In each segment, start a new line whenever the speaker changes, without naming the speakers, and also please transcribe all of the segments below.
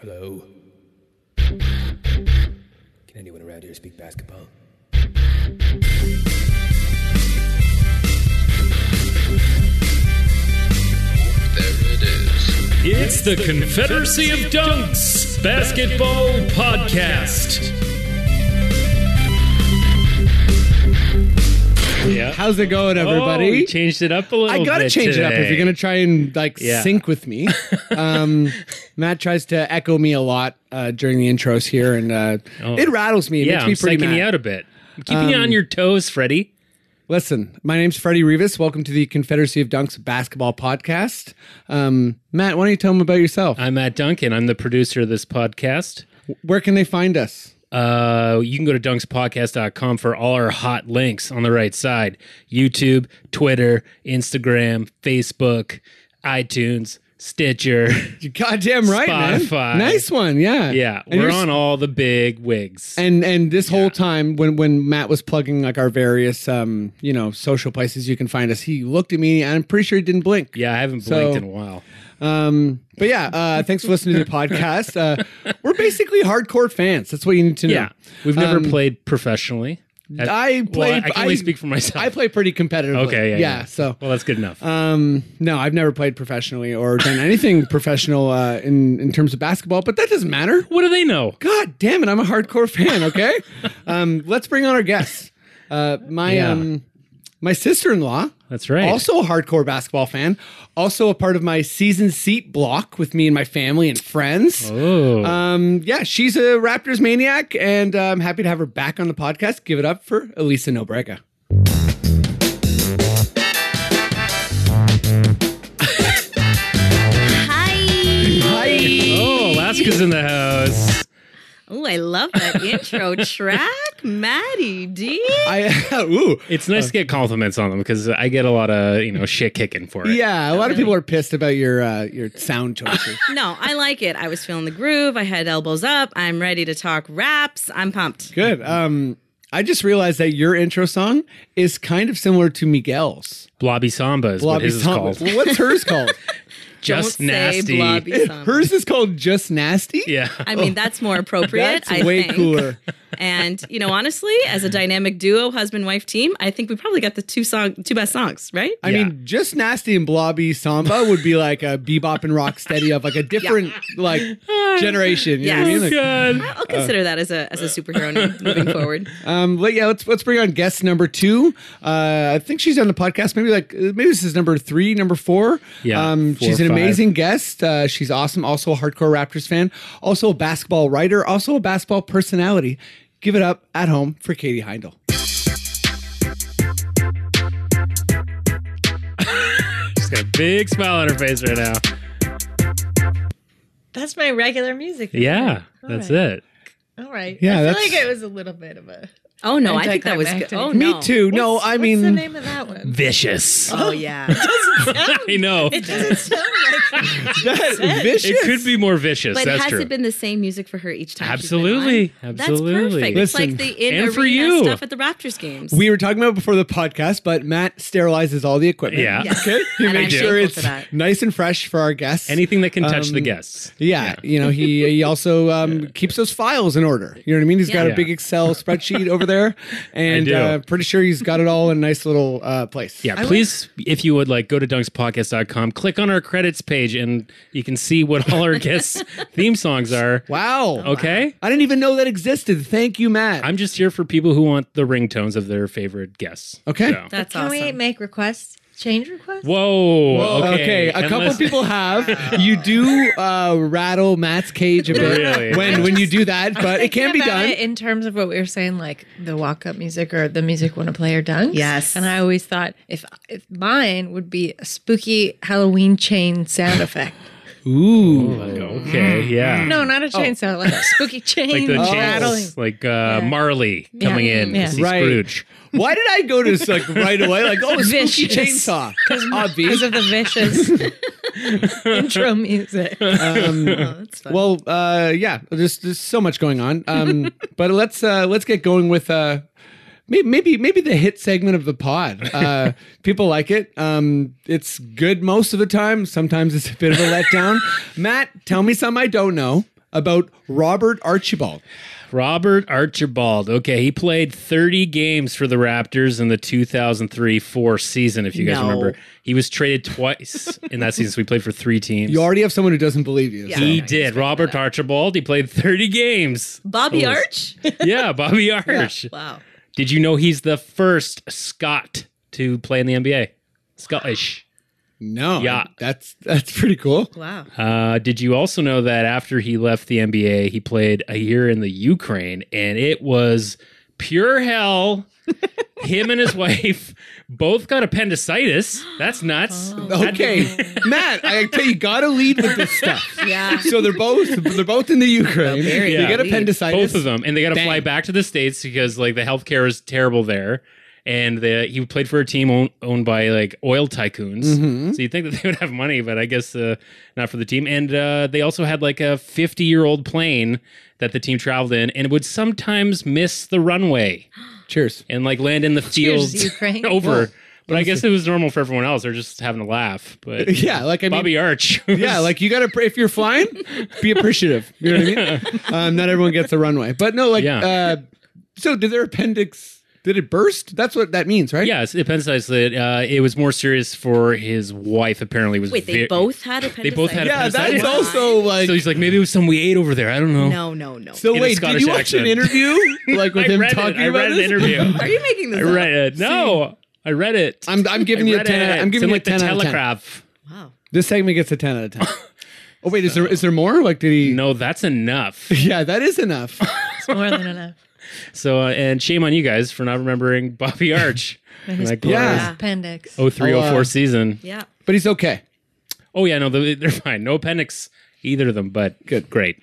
Hello. Can anyone around here speak basketball?
There it is.
It's the Confederacy of Dunks Basketball Podcast. Yeah.
How's it going,
Oh, we
everybody?
changed it up a little
I gotta
bit
change it up if
today.
you're gonna try and like
Yeah.
sync with me. Um, Matt tries to echo me a lot uh, during the intros here, and uh,
Oh.
it rattles me. It
Yeah, I'm
makes me
psyching
pretty
you
mad. Um,
out a bit. I'm keeping you on your toes, Freddie.
Listen, my name's Freddie Rivas. Welcome to the Confederacy of Dunks Basketball Podcast. Um, Matt, why don't you tell them about yourself?
I'm Matt Duncan. I'm the producer of this podcast.
Where can they find us?
Uh, you can go to dunkspodcast.com for all our hot links on the right side YouTube, Twitter, Instagram, Facebook, iTunes, Stitcher.
You goddamn right,
Spotify.
man. Nice one, yeah,
yeah,
And
we're
you're-
on all the big wigs.
And and this whole time when when Matt was plugging like our various um you know social places you can find us, he looked at me and I'm pretty sure he didn't blink.
Yeah, I haven't
So-
blinked in a while.
Um. But yeah. Uh. Thanks for listening to the podcast. Uh. We're basically hardcore fans. That's what you need to know.
Yeah, we've never
Um,
played professionally.
I
Well, I
played.
can only speak for myself.
I play pretty competitively.
Okay, yeah, yeah.
So.
well, that's good enough.
Um, no, I've never played professionally or done anything professional uh, in in terms of basketball, but that doesn't matter.
what do they know?
God damn it, I'm a hardcore fan, okay? um, let's bring on our guests. Uh, my
Yeah.
um, my sister-in-law,
That's right.
also a hardcore basketball fan, also a part of my season seat block with me and my family and friends.
oh,
Um, yeah, she's a Raptors maniac, and uh, I'm happy to have her back on the podcast. Give it up for Elisa Nobrega.
Hi.
Hi.
oh, Alaska's in the house.
Oh, I love that intro track, Maddie D.
I ooh.
It's nice to get compliments on them because I get a lot of you know shit kicking for it.
Yeah, a lot of people are pissed about your uh, your sound choices.
No, I like it. I was feeling the groove. I had elbows up. I'm ready to talk raps. I'm pumped.
Good. Um, I just realized that your intro song is kind of similar to Miguel's.
Blobby Samba is what
Blobby
his is
Tom-
called.
Well, what's hers called?
Just
Don't
nasty.
Say blobby something.
hers is called Just Nasty.
Yeah.
I mean, that's more appropriate.
That's
I
way
think.
cooler.
And you know, honestly, as a dynamic duo, husband wife team, I think we probably got the two song, two best songs, right?
I mean, just nasty and blobby samba would be like a bebop and rock steady of like a different like generation. You know what I mean? Like,
God.
uh,
I'll consider that as a as a superhero name moving forward.
um, but yeah, let's let's bring on guest number two. Uh, I think she's on the podcast. Maybe like uh, maybe this is number three, number four.
Yeah,
um,
four
she's
or
an
five.
amazing guest. Uh, she's awesome. Also a hardcore Raptors fan. Also a basketball writer. Also a basketball personality. Give it up at home for Katie Heindel.
She's got a big smile on her face right now.
That's my regular music.
Yeah,
All
that's
right.
it.
All right.
Yeah,
I feel
that's-
like it was a little bit of a.
Oh no, I think that was good. Oh,
Me
no.
too. No,
What's-
I
what's
mean
the name of that one.
Vicious.
Oh yeah.
I know.
It doesn't sound like.
that, vicious.
It could be more vicious.
But
that's
has
true.
it been the same music for her each time?
Absolutely.
She's been on? That's
Absolutely.
perfect.
Listen,
it's like the in
and
arena
for you.
stuff at the Raptors games.
We were talking about before the podcast, but Matt sterilizes all the equipment.
Yeah. Yes.
Okay. He
And I'm
makes sure
thankful
it's
for that.
nice and fresh for our guests.
Anything that can touch
Um,
the guests.
yeah, you know, he he also um, keeps those files in order. You know what I mean? He's got
Yeah.
a big Excel spreadsheet over there, and
do.
uh, pretty sure he's got it all in a nice little uh, place.
Yeah, please, if you would like, go to dunkspodcast.com, click on our credits page, and you can see what all our guests' theme songs are.
Wow.
Okay?
I didn't even know that existed. Thank you, Matt.
I'm just here for people who want the ringtones of their favorite guests.
Okay.
So-
That's
Can
awesome.
we make requests? Change requests?
Whoa,
Okay,
Oh, Okay.
a couple
unless-
people have. You do uh, rattle Matt's cage a bit
Really?
when when you do that, but it can be
Thinking about
done.
it in terms of what we were saying, like the walk-up music or the music when a player dunks.
Yes.
and I always thought if, if mine would be a spooky Halloween chain sound effect.
Ooh.
Okay. Yeah.
No, not
Oh.
a chain sound, like a spooky chain
Like the
rattling.
chains, like uh, Marley coming in
Yeah.
to see
Right.
Scrooge.
Why did I go to like right away? Like, oh, spooky
Vicious.
chainsaw.
because
Obvious.
of the vicious intro music. Oh,
Um, Well, uh, yeah, there's, there's so much going on. Um, but let's uh, let's get going with uh, maybe, maybe maybe the hit segment of the pod. Uh, people like it. Um, it's good most of the time. Sometimes it's a bit of a letdown. Matt, tell me something I don't know. about Robert Archibald.
Robert Archibald. Okay, he played 30 games for the Raptors in the 2003-4 season. If you guys
No.
remember, he was traded twice in that season. So he played for three teams.
You already have someone who doesn't believe you.
Yeah.
so-
he
he's
did. Robert Archibald. He played 30 games.
Bobby
Cool.
Arch?
yeah, Bobby Arch.
wow.
Did you know he's the first Scot to play in the NBA? Scottish.
No.
Yeah.
That's that's pretty cool.
Wow.
Uh, did you also know that after he left the NBA, he played a year in the Ukraine and it was pure hell? Him and his wife both got appendicitis. That's nuts. That'd be-
Okay. Matt, I tell you, you gotta lead with this stuff.
Yeah.
So they're both they're both in the Ukraine.
very
They get
elite.
appendicitis.
both of them. And they got to
Bang.
fly back to the States because like the healthcare is terrible there. And the, he played for a team own, owned by like oil tycoons.
Mm-hmm.
So you'd think that they would have money, but I guess uh, not for the team. And uh, they also had like a 50 year old plane that the team traveled in and would sometimes miss the runway
Cheers.
and like land in the
Cheers,
fields
Ukraine.
over. but I guess it was normal for everyone else. They're just having a laugh. But
Yeah, like I mean
Bobby Arch.
Yeah, like you gotta if you're flying, be appreciative. You know what I mean? Um, not everyone gets a runway. But no, like
Yeah.
uh so did their appendix did it burst? That's what that means, right?
Yes, appendicitis. That uh, it was more serious for his wife. Apparently, was
Wait, they
ve-
both had appendicitis?
both had
Yeah,
Appendicitis.
that's also like
so he's like, maybe it was some we ate over there. I don't know.
No, no, no.
So
in a
wait, did
Scottish
you watch
accent.
an interview like with
I
him
read
talking
it. I
about
read
this?
an interview.
Are you making this
I
up?
read it. No, I read it.
I'm I'm giving you a
Read
ten.
it.
Out, I'm
It's in,
giving you a
like the
ten out of ten.
Telegraph.
Wow.
This segment gets a ten out of ten. oh wait, is there is there more? Like did he?
No, that's enough.
Yeah, that is enough.
It's more than enough.
So, uh, and shame on you guys for not remembering Bobby Arch.
His
Like,
poor
Yeah.
appendix.
Oh three, oh
Oh, uh,
four season.
Yeah.
But he's okay.
Oh yeah, no, they- they're fine. No appendix either of them, but good, great.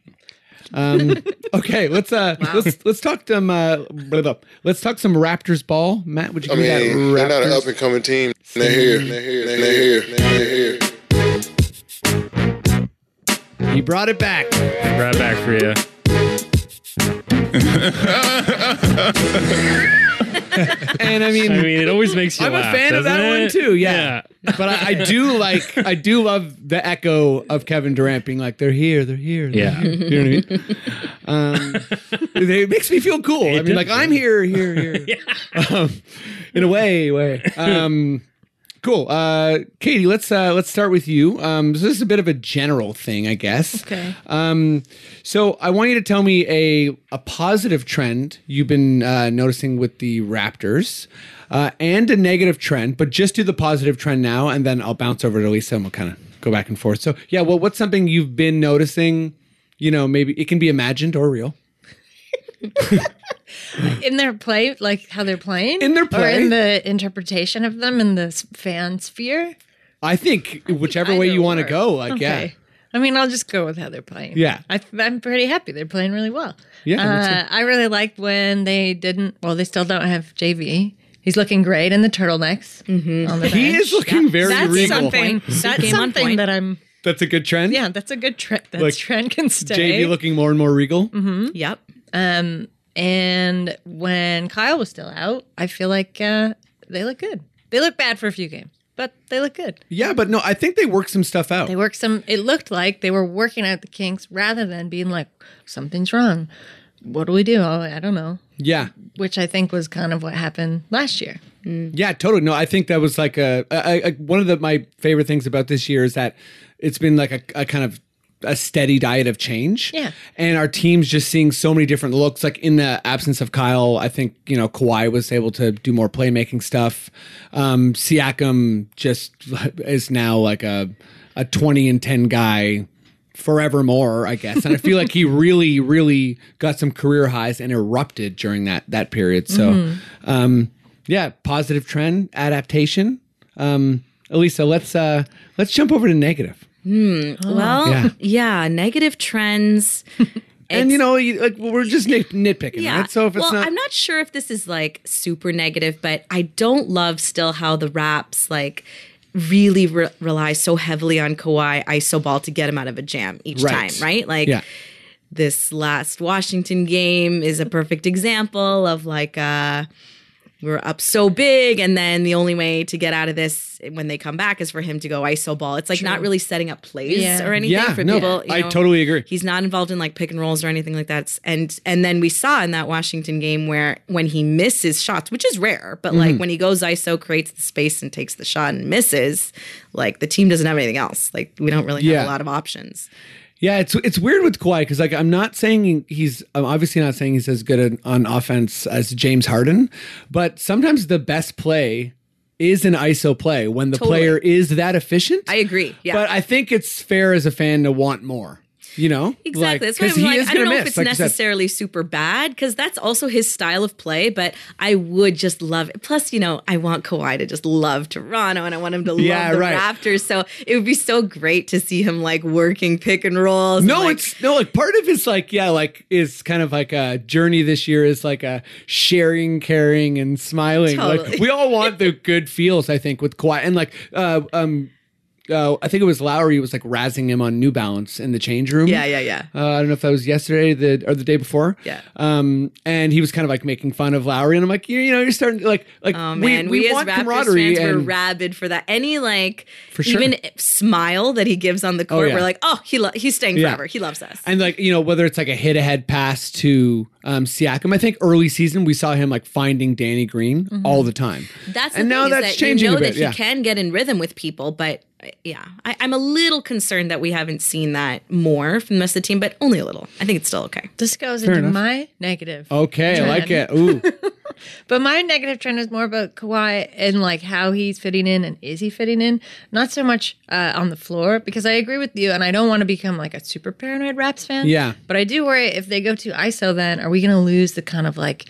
Um, okay, let's uh let's let's talk some uh blah, blah. let's talk some Raptors ball. Matt, would you
I
give
mean,
me
they're
that
not an
Raptors?
up and coming team. They're here. They're here. They're here. They're here.
He brought it back.
Right back for you.
And I mean,
I mean, it always makes you.
I'm
laugh,
a fan of
doesn't
that one
it?
too. Yeah. But I, I do like I do love the echo of Kevin Durant being like, they're here, they're here. they're
Yeah.
here." You know what I mean? Um they- it makes me feel cool. I mean, like, I'm here, here, here. um, in a way, way. Um Cool, uh, Katie. Let's uh, let's start with you. Um, so this is a bit of a general thing, I guess.
Okay.
Um, so I want you to tell me a a positive trend you've been uh, noticing with the Raptors, uh, and a negative trend. But just do the positive trend now, and then I'll bounce over to Lisa, and we'll kind of go back and forth. So yeah, well, what's something you've been noticing? You know, maybe it can be imagined or real.
in their play, like how they're playing,
In their
or
play?
in the interpretation of them in the s- fan sphere.
I think whichever way
Either
you want to
or.
go, like yeah,
I mean, I'll just go with how they're playing.
Yeah.
I, I'm pretty happy they're playing really well.
Yeah, me
uh, I really liked when they didn't. Well, they still don't have JV. He's looking great in the turtlenecks. On the
Mm-hmm. he
bench.
is looking very
That's
regal.
something.
He
That's
came on
something
point.
that I'm.
That's a good trend.
Yeah, that's a good trend. That
Like,
trend can stay.
JV looking more and more regal.
Mm-hmm.
Hmm?
Yep.
um, and when Kyle was still out, I feel like uh, they look good. They look bad for a few games, but they look good.
Yeah, but no, I think they work some stuff out.
They worked some. It looked like they were working out the kinks rather than being like something's wrong. What do we do? Oh, I don't know.
yeah,
Which I think was kind of what happened last year.
Yeah, totally. No, I think that was like a, a, a one of the my favorite things about this year is that it's been like a, a kind of a steady diet of change.
Yeah.
And our team's just seeing so many different looks. Like in the absence of Kyle, I think, you know, Kawhi was able to do more playmaking stuff. Um, Siakam just is now like a, a 20 and 10 guy forevermore, I guess. And I feel like he really, really got some career highs and erupted during that that period. So, um, yeah, positive trend adaptation. Um, Elisa, let's uh, let's jump over to negative.
Oh.
Well,
Yeah.
yeah. negative trends.
and you know, you, like we're just nit- nitpicking,
Yeah.
right? So if it's
well,
not,
I'm not sure if this is like super negative, but I don't love still how the raps like really re- rely so heavily on Kawhi ISO ball to get him out of a jam each
Right.
time, right? Like
yeah,
this last Washington game is a perfect example of like a we uh, were up so big, and then the only way to get out of this when they come back is for him to go iso ball. It's like not really setting up plays
Yeah.
or anything
Yeah,
for
no,
people. you
I
know?
totally agree.
He's not involved in like pick and rolls or anything like that. S- And and then we saw in that Washington game where when he misses shots, which is rare, but
Mm-hmm.
like when he goes ISO, creates the space and takes the shot and misses, like the team doesn't have anything else. Like we don't really have
Yeah.
a lot of options.
Yeah, it's it's weird with Kawhi because like I'm not saying he's I'm obviously not saying he's as good an, on offense as James Harden, but sometimes the best play is an ISO play when the
Totally.
player is that efficient.
I agree. Yeah.
but I think it's fair as a fan to want more. You know,
Exactly.
Like,
That's what
'cause
I'm
he
like.
is
I don't know
gonna
if
miss,
it's
like you said.
necessarily super bad because that's also his style of play, but I would just love it. Plus, you know, I want Kawhi to just love Toronto and I want him to
Yeah,
love the
right.
Raptors. So it would be so great to see him like working pick and rolls. and,
No,
like,
it's no like part of his like yeah like is kind of like a journey this year is like a sharing, caring, and smiling.
Totally.
Like we all want the good feels. I think with Kawhi and like uh, um. Uh, I think it was Lowry was like razzing him on New Balance in the change room.
Yeah, yeah, yeah.
Uh, I don't know if that was yesterday the, or the day before.
Yeah.
Um, and he was kind of like making fun of Lowry, and I'm like, you, you know, you're starting to, like like
Oh man, we, as
want
Raptors
camaraderie
fans were
and
rabid for that. Any like
For sure.
even smile that he gives on the court,
yeah.
we're like, oh, he lo- he's staying
Yeah.
forever. He loves us.
And like you know, whether it's like a hit ahead pass to um, Siakam, I think early season we saw him like finding Danny Green
Mm-hmm.
all the time.
That's the
and
thing
now
is
that's
that
changing
you know
a bit.
that
yeah.
he can get in rhythm with people, but uh, yeah, I, I'm a little concerned that we haven't seen that more from the rest of the team, but only a little. I think it's still okay.
This goes
Fair
into
enough. Oh,
my negative.
okay, I like it.
Trend.
Ooh,
But my negative trend is more about Kawhi and like how he's fitting in and is he fitting in, not so much uh, on the floor because I agree with you and I don't want to become like a super paranoid Raps fan.
Yeah.
But I do worry if they go to ISO, then are we going to lose the kind of like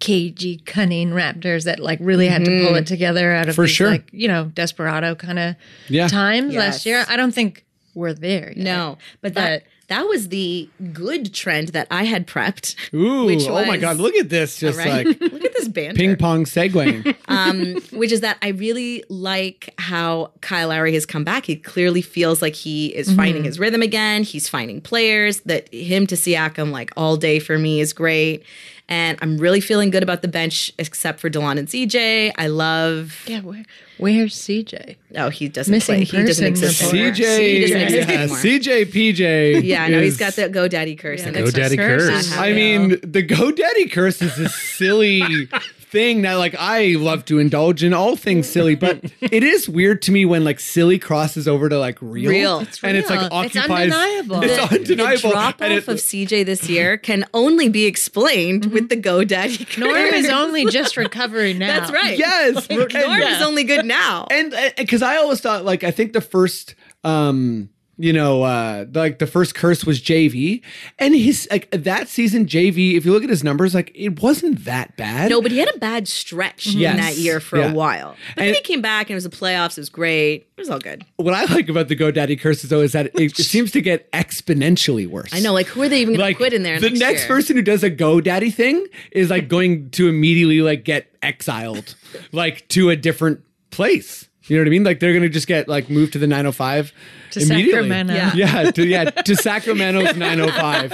cagey, cunning Raptors that like really had to pull it together out
Mm-hmm.
of
For
these,
sure.
like you know desperado kind of
Yeah.
times
Yes.
last year? I don't think we're there. Yet.
No, but that
that-
that was the good trend that I had prepped.
ooh,
Which
oh my
was-
God! Look at this, just
Right?
like
Look at this banter.
ping pong segueing.
um, which is that I really like how Kyle Lowry has come back. He clearly feels like he
Mm-hmm.
is finding his rhythm again. He's finding players that him to Siakam like all day for me is great. And I'm really feeling good about the bench, except for Delon and CJ. I love.
Yeah. Where, where's CJ?
Oh, he doesn't
Missing
play. He doesn't
person
exist.
report.
anymore.
CJ,
He doesn't exist
yeah,
anymore.
CJ PJ.
Yeah, no, he's
is-
got the GoDaddy curse. and it's
GoDaddy
just
curse.
not
I mean,
happening.
the GoDaddy curse is this silly thing that, like, I love to indulge in all things silly, but it is weird to me when like silly crosses over to like real,
Real. It's
and it's like
real. It's
occupies.
undeniable.
It's
The- the
undeniable.
The drop
and
off
it-
of CJ this year can only be explained with the GoDaddy curse.
Mm-hmm. Norm is only just recovering now.
That's right.
yes,
Like, Norm
and-
is only good now.
and because I always thought like I think the first um you know uh like the first curse was JV and his like that season JV if you look at his numbers like it wasn't that bad
No, but he had a bad stretch
Yes.
in that year for
Yeah.
a while. But then
And-
he came back and it was the playoffs. It was great. It was all good.
what I like about the GoDaddy curse is though is that it, it seems to get exponentially worse
I know. Like, who are they even going to quit in there?
the
next,
next,
year?
person who does a GoDaddy thing is like going to immediately like get exiled, like to a different place. You know what I mean? Like they're gonna just get like moved to the 905
To
immediately.
Sacramento.
Yeah.
yeah, to, yeah, to Sacramento's 905.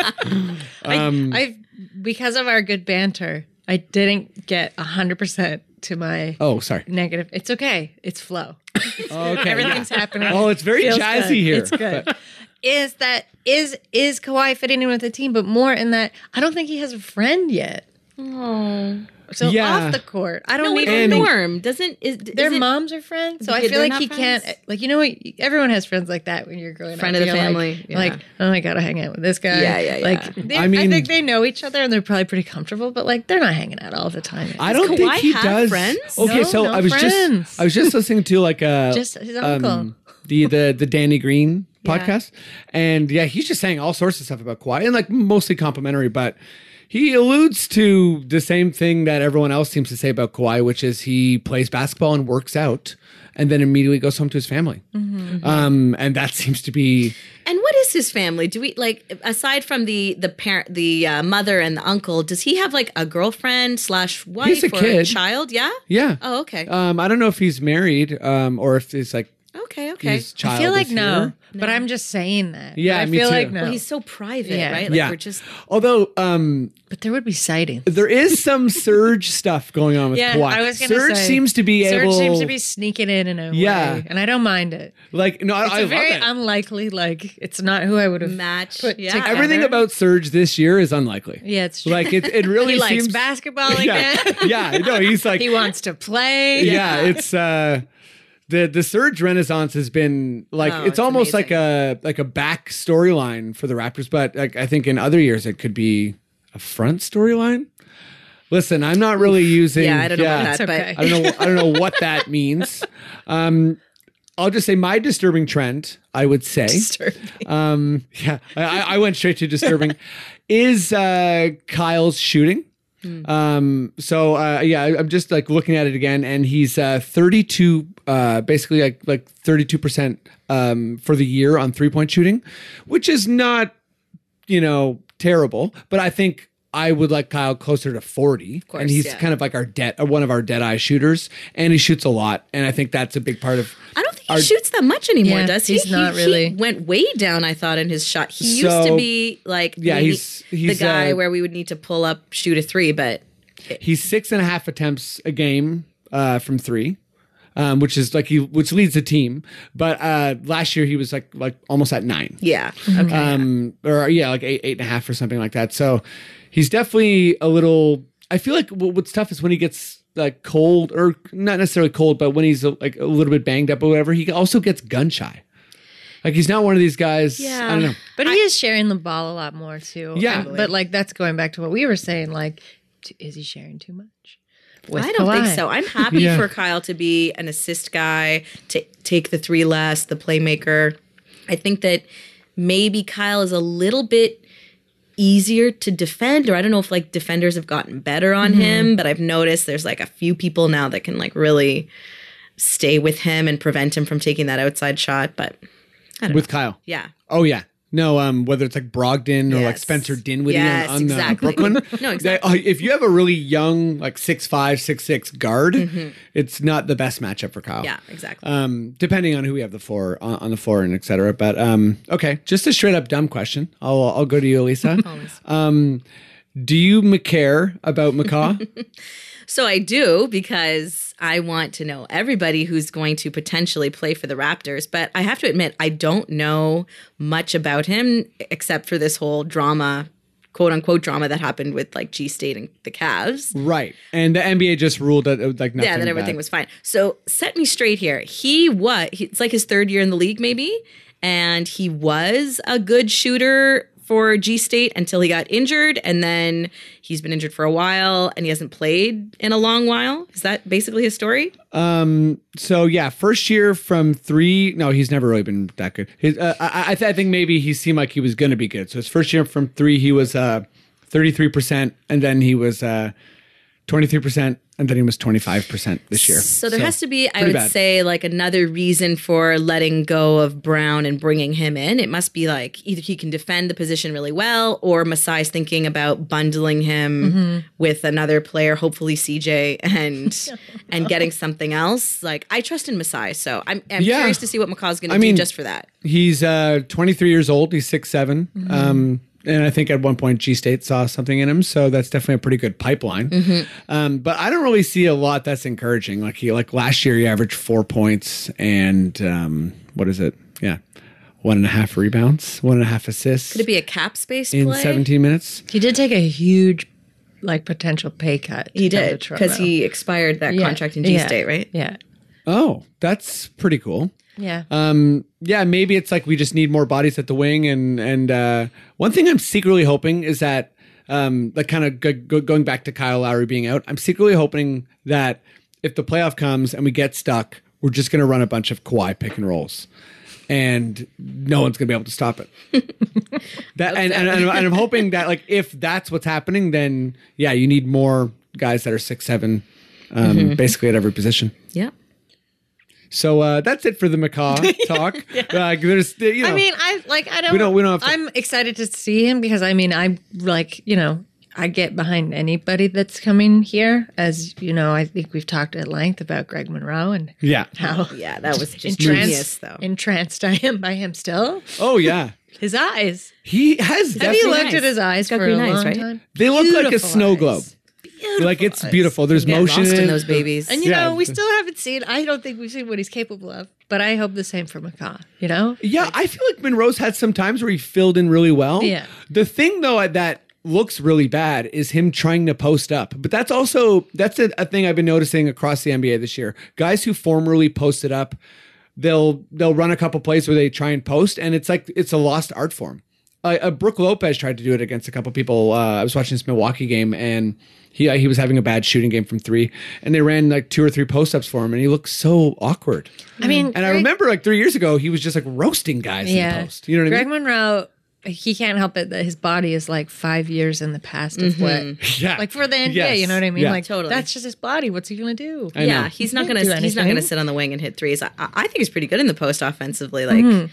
Um,
I, I've because of our good banter, I didn't get hundred percent to my
Oh, sorry.
negative. It's okay. It's flow.
Okay.
Everything's happening.
Oh, it's very
Feels
jazzy
good.
here.
It's good. is that is is Kawhi fitting in with the team, but more in that I don't think he has a friend yet. Oh. So
Yeah.
off the court, I don't
No,
need
wait,
And-
Norm doesn't. Is,
their
isn't
moms are friends, so
Yeah,
I feel
they're
like he
not
can't.
friends?
Like you know what? Everyone has friends like that when you're growing
Friend
up.
of the
You're like-
family,
Like,
yeah.
oh my god, I hang out with this guy.
Yeah, yeah, yeah.
Like they-
I
I,
mean-
think they know each other and they're probably pretty comfortable, but like they're not hanging out all the time.
I don't
Does
think
Kawhi
he
have
does.
friends?
Okay,
No,
so
no
I was
friends.
just I was just listening to like a
Just his
um,
uncle.
the the the Danny Green
Yeah.
podcast, and yeah, he's just saying all sorts of stuff about Kawhi and like mostly complimentary, but he alludes to the same thing that everyone else seems to say about Kawhi, which is he plays basketball and works out, and then immediately goes home to his family.
Mm-hmm.
Um, and that seems to be
And what is his family? Do we like aside from the the parent, the uh, mother and the uncle? Does he have like a girlfriend slash wife
He's a
or a
kid.
child? Yeah.
yeah. Uh,
Oh, okay.
Um, I don't know if he's married um, or if it's like
Okay, okay.
His child
I feel like
is
no,
here.
but I'm just saying that.
Yeah,
But I
me
feel
too.
like no.
Well, he's so private,
Yeah.
right? Like
Yeah.
we're just
Although um,
but there would be sightings.
there is some surge stuff going on with
Yeah,
Kawhi.
I was gonna
surge
say,
seems to be
Surge
able.
seems to be sneaking in and out.
Yeah.
and I don't mind it.
like no, I,
It's
I
a
love
very
it.
unlikely. Like it's not who I would have.
match.
Put
yeah.
together.
Everything about surge this year is unlikely.
yeah, it's true.
Like it, it really
he likes
seems.
basketball like
yeah,
that.
yeah, no, he's like
he wants to play.
yeah, it's uh the the surge renaissance has been like
Oh,
it's,
it's
almost
amazing.
like a like a back storyline for the Raptors, but like I think in other years it could be a front storyline. Listen, I'm not really using
Yeah, I don't know about
It's
that, but
okay.
I don't know I don't know what that means. Um I'll just say my disturbing trend, I would say. Um yeah, I- I, I went straight to disturbing is uh Kyle's shooting.
Hmm.
Um, so uh, yeah, I- I'm just like looking at it again, and he's uh, 32, uh, basically like like 32 percent um, for the year on three point shooting, which is not you know terrible, but I think. I would like Kyle closer to 40.
course,
and he's
yeah.
kind of like our dead, uh, one of our dead eye shooters. And he shoots a lot. And I think that's a big part of.
I don't think he
Are-
shoots that much anymore,
Yeah,
does he?
he's
He-
not
he
really.
went way down, I thought, in his shot. He used
So-
to be like
Yeah,
maybe
he's- he's,
the guy
uh,
where we would need to pull up, shoot a three, but
He's six and a half attempts a game uh, from three, um, which is like he, which leads the team. But uh, last year he was like like almost at nine.
yeah. Okay.
um or yeah like eight eight and a half or something like that so he's definitely a little i feel like wh- what's tough is when he gets like cold or not necessarily cold but when he's uh, like a little bit banged up or whatever he also gets gun shy like he's not one of these guys i don't
Yeah.
know
But he is sharing the ball a lot more too.
Yeah.
And- but like that's going back to what we were saying. Like, t- is he sharing too much? with
I don't think
Kawhi?
so. I'm happy
Yeah.
for Kyle to be an assist guy, to take the three less, the playmaker. I think that maybe Kyle is a little bit easier to defend, or I don't know if like defenders have gotten better on him, but I've noticed there's like a few people now that can like really stay with him and prevent him from taking that outside shot. But
with kyle
yeah.
oh yeah no, um, whether it's like Brogdon or like
Yes.
Spencer Dinwiddie
Yes,
on, on
exactly.
uh, Brooklyn,
No,
they-
exactly.
uh, if you have a really young, like six five, six six guard, it's not the best matchup for Kyle.
Mm-hmm. Yeah, exactly.
um, depending on who we have the floor on, on the floor and et cetera. But um, okay, just a straight up dumb question. I'll I'll go to you, Elisa. um, do you care about Macaw?
So I do because I want to know everybody who's going to potentially play for the Raptors. But I have to admit, I don't know much about him except for this whole drama, quote unquote drama that happened with like G State and the Cavs.
right. And the NBA just ruled that uh, like nothing.
Yeah, that everything
bad.
was fine. So set me straight here. He what? It's like his third year in the league, maybe, and he was a good shooter for G State until he got injured, and then he's been injured for a while, and he hasn't played in a long while. Is that basically his story?
Um. So yeah, first year from three. No, he's never really been that good. His, uh, I I, th- I think maybe he seemed like he was going to be good. So his first year from three, he was uh, thirty three percent, and then he was uh, twenty three percent, and then he was twenty five percent this year.
So there has to be, I
pretty
would
bad.
say, like another reason for letting go of Brown and bringing him in. It must be like either he can defend the position really well, or Masai's thinking about bundling him
Mm-hmm.
with another player, hopefully CJ, and and getting something else. Like I trust in Masai, so I'm, I'm
Yeah.
curious to see what Makaw's going
I
to do
mean-
just for that.
He's uh, 23 years old. He's six seven.
Mm-hmm.
Um, and I think at one point G State saw something in him, so that's definitely a pretty good pipeline.
Mm-hmm.
Um, but I don't really see a lot that's encouraging. Like he, like last year, he averaged four points and um, what is it? Yeah, one and a half rebounds, one and a half assists
Could it be a cap space
in
play?
17 minutes.
He did take a huge, like potential pay cut.
he
to come
did
to
because
Toronto.
he expired that
Yeah.
contract in G
Yeah.
State, right?
Yeah,
Oh, that's pretty cool.
yeah.
Um, yeah, maybe it's like we just need more bodies at the wing, and and uh, one thing I'm secretly hoping is that, um, like kind of g- g- going back to Kyle Lowry being out, I'm secretly hoping that if the playoff comes and we get stuck, we're just gonna run a bunch of Kawhi pick and rolls, and no one's gonna be able to stop it. that and, and, and, and I'm hoping that like if that's what's happening, then yeah, you need more guys that are six seven, um, basically at every position.
Yeah.
So uh, that's it for the macaw talk. Like, there's, you know,
I mean, I like I don't.
We don't- we don't have to-
I'm excited to see him because I mean, I'm like you know, I get behind anybody that's coming here. As you know, I think we've talked at length about Greg Monroe and
Yeah.
how
Yeah, that was just genius,
entranced,
though.
entranced I am by him still.
Oh yeah.
His eyes.
He has
Have
definitely.
you
green
looked
eyes.
at his eyes
Got
for a
green eyes,
long
right?
time?
They look like a
Beautiful
snow
eyes.
globe. like it's
eyes.
beautiful. There's
Get
motion
lost in
it.
those babies.
And you
Yeah.
know, we still haven't seen. I don't think we've seen what he's capable of. But I hope the same for Macaw. You know,
Yeah, I feel like Monroe's had some times where he filled in really well.
Yeah.
The thing though that looks really bad is him trying to post up. But that's also that's a, a thing I've been noticing across the NBA this year. Guys who formerly posted up, they'll they'll run a couple plays where they try and post, and it's like it's a lost art form. Uh, uh, Brooke Lopez tried to do it against a couple people. Uh, I was watching this Milwaukee game, and he uh, he was having a bad shooting game from three, and they ran like two or three post ups for him, and he looked so awkward.
I mean,
And I remember like three years ago, he was just like roasting guys in the post. You know what
Greg
I mean?
Monroe, he can't help it that his body is like five years in the past of what,
Yeah.
like for the NBA.
Yes.
You know what I mean?
Yeah.
Like
Mm-hmm. Totally.
that's just his body. What's he gonna do?
I
yeah,
know.
he's not
can't
gonna
do
he's not gonna
anything.
sit on the wing and hit threes. I, I I think he's pretty good in the post offensively, like,
Mm-hmm.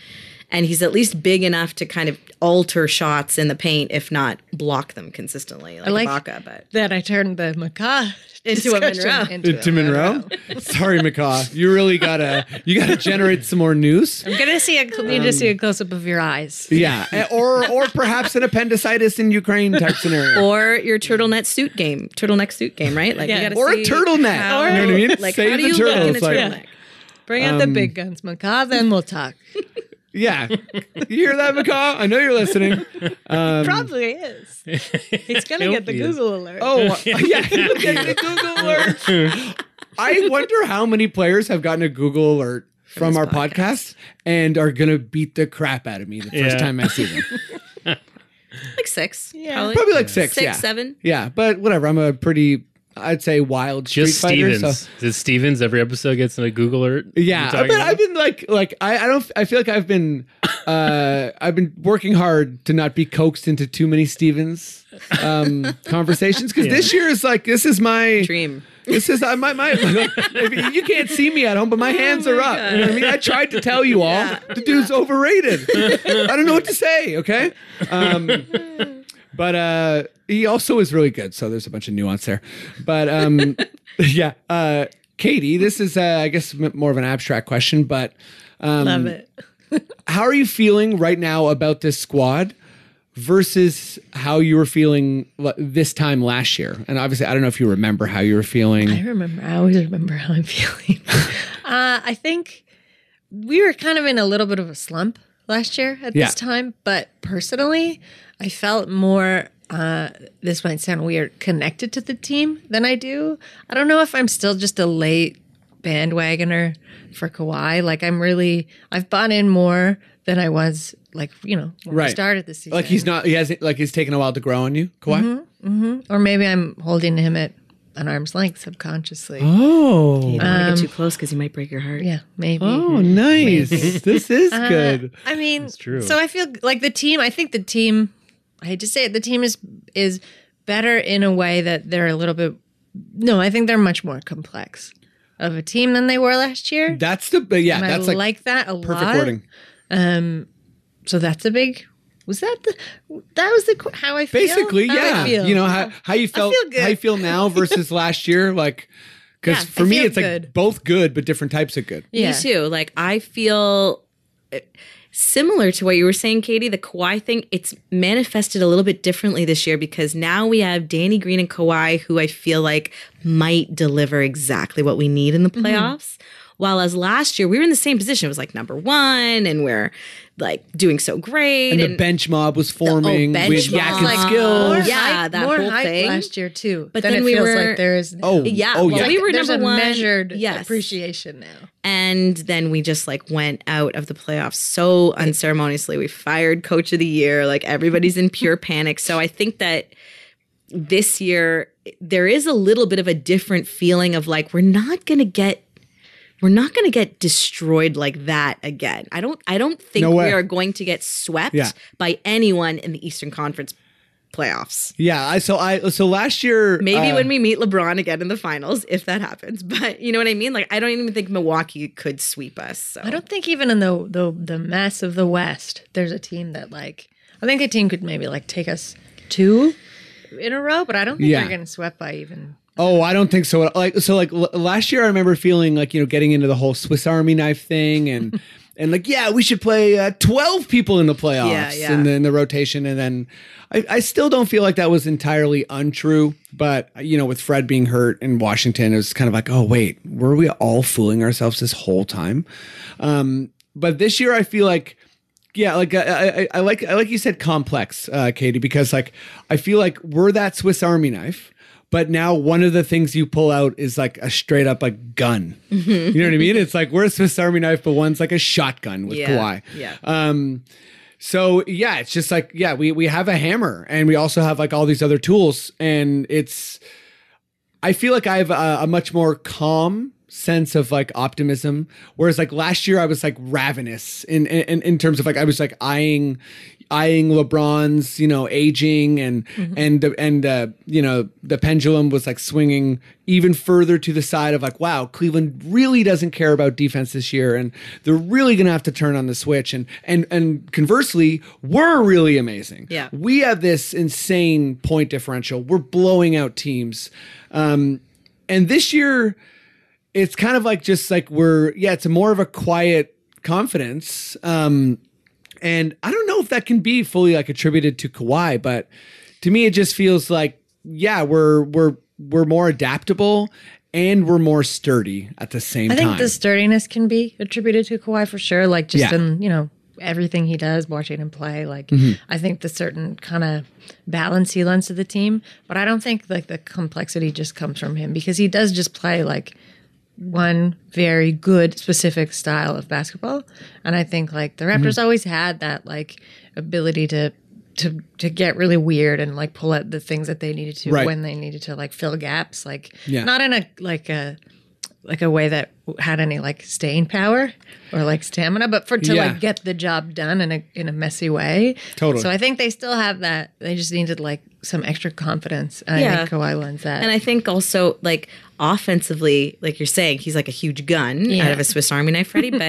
and he's at least big enough to kind of alter shots in the paint, if not block them consistently, like,
like-
Ibaka. But
Then I turned the Macaw
Into a
discussion
Monroe.
Into, a
to Monroe. Sorry, Macaw. You really gotta you gotta generate some more news.
I'm gonna see a cl- need to see a close up of your eyes.
Yeah, eh, or or perhaps an appendicitis in Ukraine type scenario,
or your turtleneck suit game, turtleneck suit game, right? Like,
Yeah.
you gotta
or a
see
turtleneck.
how-
you know what I mean?
Like,
Save
how do
the
you look in
turtles.
a
like-
turtleneck?
Bring out the big guns, Macaw. Then we'll talk.
yeah, you hear that, Macaw? I know you're listening.
Probably is. Um, He's gonna
Nope,
get the
he is.
Google alert.
Oh yeah, you get the Google alert. I wonder how many players have gotten a Google alert from, our podcast. and are gonna beat the crap out of me the first
Yeah.
time I see them.
Like six,
Yeah.
Probably like six,
six,
yeah.
seven.
Yeah, but whatever. I'm a pretty, I'd say, wild street
Just
fighter.
Stevens.
So.
Is it Stevens? Every episode gets a Google alert.
Yeah,
You're
I
talking
bet
about-
I've been like, like I, I don't, I feel like I've been, uh, I've been working hard to not be coaxed into too many Stevens um, conversations because this year is like, this is my
Dream.
This is I my my. if you can't see me at home, but my hands are up. You know what I mean, I tried to tell you all the dude's overrated. I don't know what to say. Okay, um, but uh, he also is really good. So there's a bunch of nuance there. But um, yeah, uh, Katie, this is uh, I guess m- more of an abstract question, but um,
Love it.
how are you feeling right now about this squad? Versus how you were feeling l- this time last year, and obviously I don't know if you remember how you were feeling.
I remember. I always remember how I'm feeling. uh, I think we were kind of in a little bit of a slump last year at
Yeah.
this time, but personally, I felt more. Uh, this might sound weird, connected to the team than I do. I don't know if I'm still just a late bandwagoner for Kawhi. Like I'm really, I've bought in more than I was. Like you know, when
Right.
we started this season.
Like he's not. He hasn't. Like he's taken a while to grow on you, Kawhi.
Mm-hmm. or maybe I'm holding him at an arm's length subconsciously.
Oh,
You don't want to get too close because you might break your heart.
Yeah, maybe.
oh, nice. this is
Uh,
good.
I mean,
true.
So I feel like the team. I think the team. I hate to say it. The team is is better in a way that they're a little bit. No, I think they're much more complex of a team than they were last year.
That's the. But yeah,
and I
that's like,
like, that a
perfect
lot.
wording.
So that's a big. Was that the? That was the qu- how I feel.
Basically,
How I
yeah.
feel.
You know how how you felt.
feel good.
How you feel now versus last year, like. Because
Yeah,
for
I
me,
feel
it's like
good.
both good, but different types of good.
yeah.
Me too. Like I feel uh, similar to what you were saying, Katie. The Kawhi thing, it's manifested a little bit differently this year because now we have Danny Green and Kawhi, who I feel like might deliver exactly what we need in the
Mm-hmm.
playoffs. While as last year, we were in the same position. It was like number one, and we're like doing so great.
And
And,
the bench mob was forming.
bench
with
mob.
Yak and
Like,
skills.
more
oh, yeah, that more
whole
hype
thing.
last year too.
But
But then,
then
it
we
feels
were-
like there is
oh,
yeah,
Oh,
well,
yeah.
we were
there's
number
a
one.
measured
Yes.
appreciation now.
and then we just like went out of the playoffs so unceremoniously. We fired coach of the year. Like everybody's in pure panic. So I think that this year there is a little bit of a different feeling of like we're not going to get we're not going to get destroyed like that again. I don't I don't think
No
we
way.
are going to get swept
Yeah.
by anyone in the Eastern Conference playoffs.
yeah. I so I so last year
Maybe
uh,
when we meet LeBron again in the finals if that happens. But you know what I mean? Like I don't even think Milwaukee could sweep us. So
I don't think even in the the the mess of the West, there's a team that like I think a team could maybe like take us two in a row, but I don't think
Yeah.
they're getting swept by even.
Oh, I don't think so. Like so, like l- last year, I remember feeling like you know getting into the whole Swiss Army knife thing, and and like yeah, we should play uh, twelve people in the playoffs
Yeah, yeah.
and then the rotation, and then I, I still don't feel like that was entirely untrue. But uh, you know, with Fred being hurt in Washington, it was kind of like oh wait, were we all fooling ourselves this whole time? Um, but this year, I feel like yeah, like I, I, I like I like you said complex, uh, Katie, because like I feel like we're that Swiss Army knife, but now one of the things you pull out is like a straight up like gun. You know what I mean? It's like we're a Swiss Army knife, but one's like a shotgun with
Yeah,
Kawhi.
yeah.
Um, so yeah, it's just like yeah, we we have a hammer, and we also have like all these other tools, and it's. I feel like I have a, a much more calm sense of like optimism. Whereas like last year, I was like ravenous in in, in terms of like I was like eyeing eyeing LeBron's you know aging and and the and uh, you know the pendulum was like swinging even further to the side of like wow Cleveland really doesn't care about defense this year and they're really gonna have to turn on the switch and and and conversely we're really amazing
Yeah.
we have this insane point differential. We're blowing out teams. Um, and this year, it's kind of like just like we're, yeah, it's more of a quiet confidence. Um, and I don't know if that can be fully like attributed to Kawhi, but to me, it just feels like, yeah, we're, we're, we're more adaptable and we're more sturdy at the same
I
time.
think the sturdiness can be attributed to Kawhi for sure. Like just
Yeah. Mm-hmm.
in you know everything he does, watching him play. Like I think the certain kind of balance he lends to the team, but I don't think like the complexity just comes from him because he does just play like one very good specific style of basketball, and I think like the Raptors
Mm-hmm.
always had that like ability to. To, to get really weird and like pull out the things that they needed to
Right.
when they needed to like fill gaps like
Yeah.
not in a like a like a way that had any like staying power or like stamina, but for to
Yeah.
like get the job done in a in a messy way.
Totally.
So I think they still have that. They just needed like some extra confidence. And I
Yeah.
think Kawhi lends that.
And I think also like offensively, like you're saying, he's like a huge gun
Yeah.
out of a Swiss Army knife, Freddie. But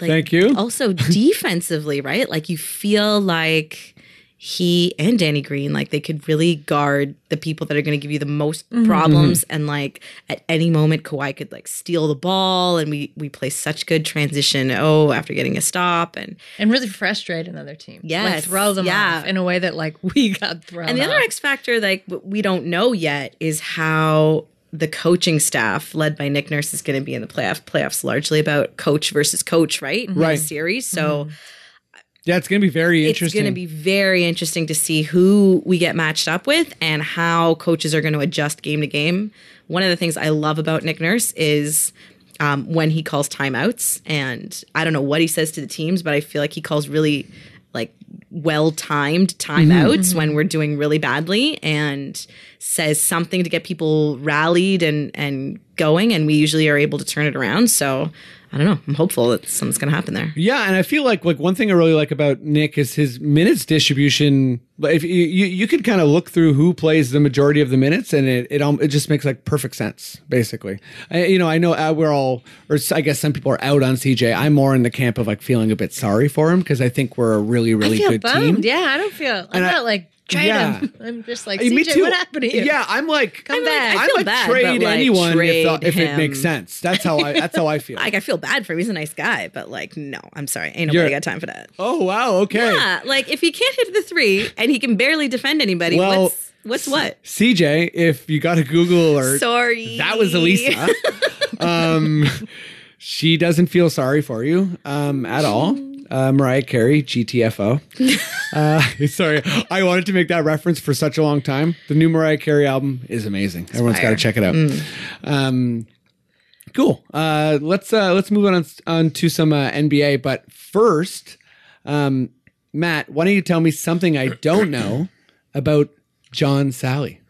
like,
Thank you.
Also defensively, right? Like you feel like he and Danny Green, like they could really guard the people that are going to give you the most
Mm-hmm.
problems. And like at any moment, Kawhi could like steal the ball, and we we play such good transition. Oh, after getting a stop, and
and really frustrate another team. Like
Yes.
throw them
Yeah.
off in a way that like we got thrown
And the other
off.
X factor, like w- we don't know yet, is how the coaching staff led by Nick Nurse is going to be in the playoff playoffs, largely about coach versus coach, right? In the
Right.
series. So
yeah, it's going to be very
it's
interesting.
going to be very interesting to see who we get matched up with and how coaches are going to adjust game to game. One of the things I love about Nick Nurse is. Um, when he calls timeouts, and I don't know what he says to the teams, but I feel like he calls really like well timed timeouts
Mm-hmm.
when we're doing really badly and says something to get people rallied and and going and we usually are able to turn it around so i don't know i'm hopeful that something's going to happen there
Yeah, and I feel like like one thing I really like about Nick is his minutes distribution. Like, If you you, you could kind of look through who plays the majority of the minutes, and it it, um, it just makes like perfect sense. Basically, I, you know, I know uh, we're all, or s- I guess some people are out on CJ. I'm more in the camp of like feeling a bit sorry for him because I think we're a really
I
really
feel
good
bummed.
team.
Yeah, I don't feel. I'm
And I-
not like trade
Yeah.
him. I'm just like
Hey, me
CJ.
too.
What happened to you?
Yeah, I'm like,
Come
I'm
back.
Like,
I
I'm
feel
like
bad,
trade
but, like,
anyone if, uh,
trade
if it
him.
makes sense. That's how I. That's how I feel.
like i feel bad for him he's a nice guy but like no i'm sorry ain't
You're-
nobody got time for that
oh wow. Okay.
yeah like if he can't hit the three and he can barely defend anybody
Well,
what's what's what
CJ, if you got a Google alert,
sorry
That was Elisa. um, she doesn't feel sorry for you um, at all. Uh, Mariah Carey, GTFO. Uh, sorry, I wanted to make that reference for such a long time. The new Mariah Carey album is amazing. Everyone's got to check it out. Um, cool. Uh, let's uh, let's move on on to some uh, NBA. But first, um, Matt, why don't you tell me something I don't know about John Sally?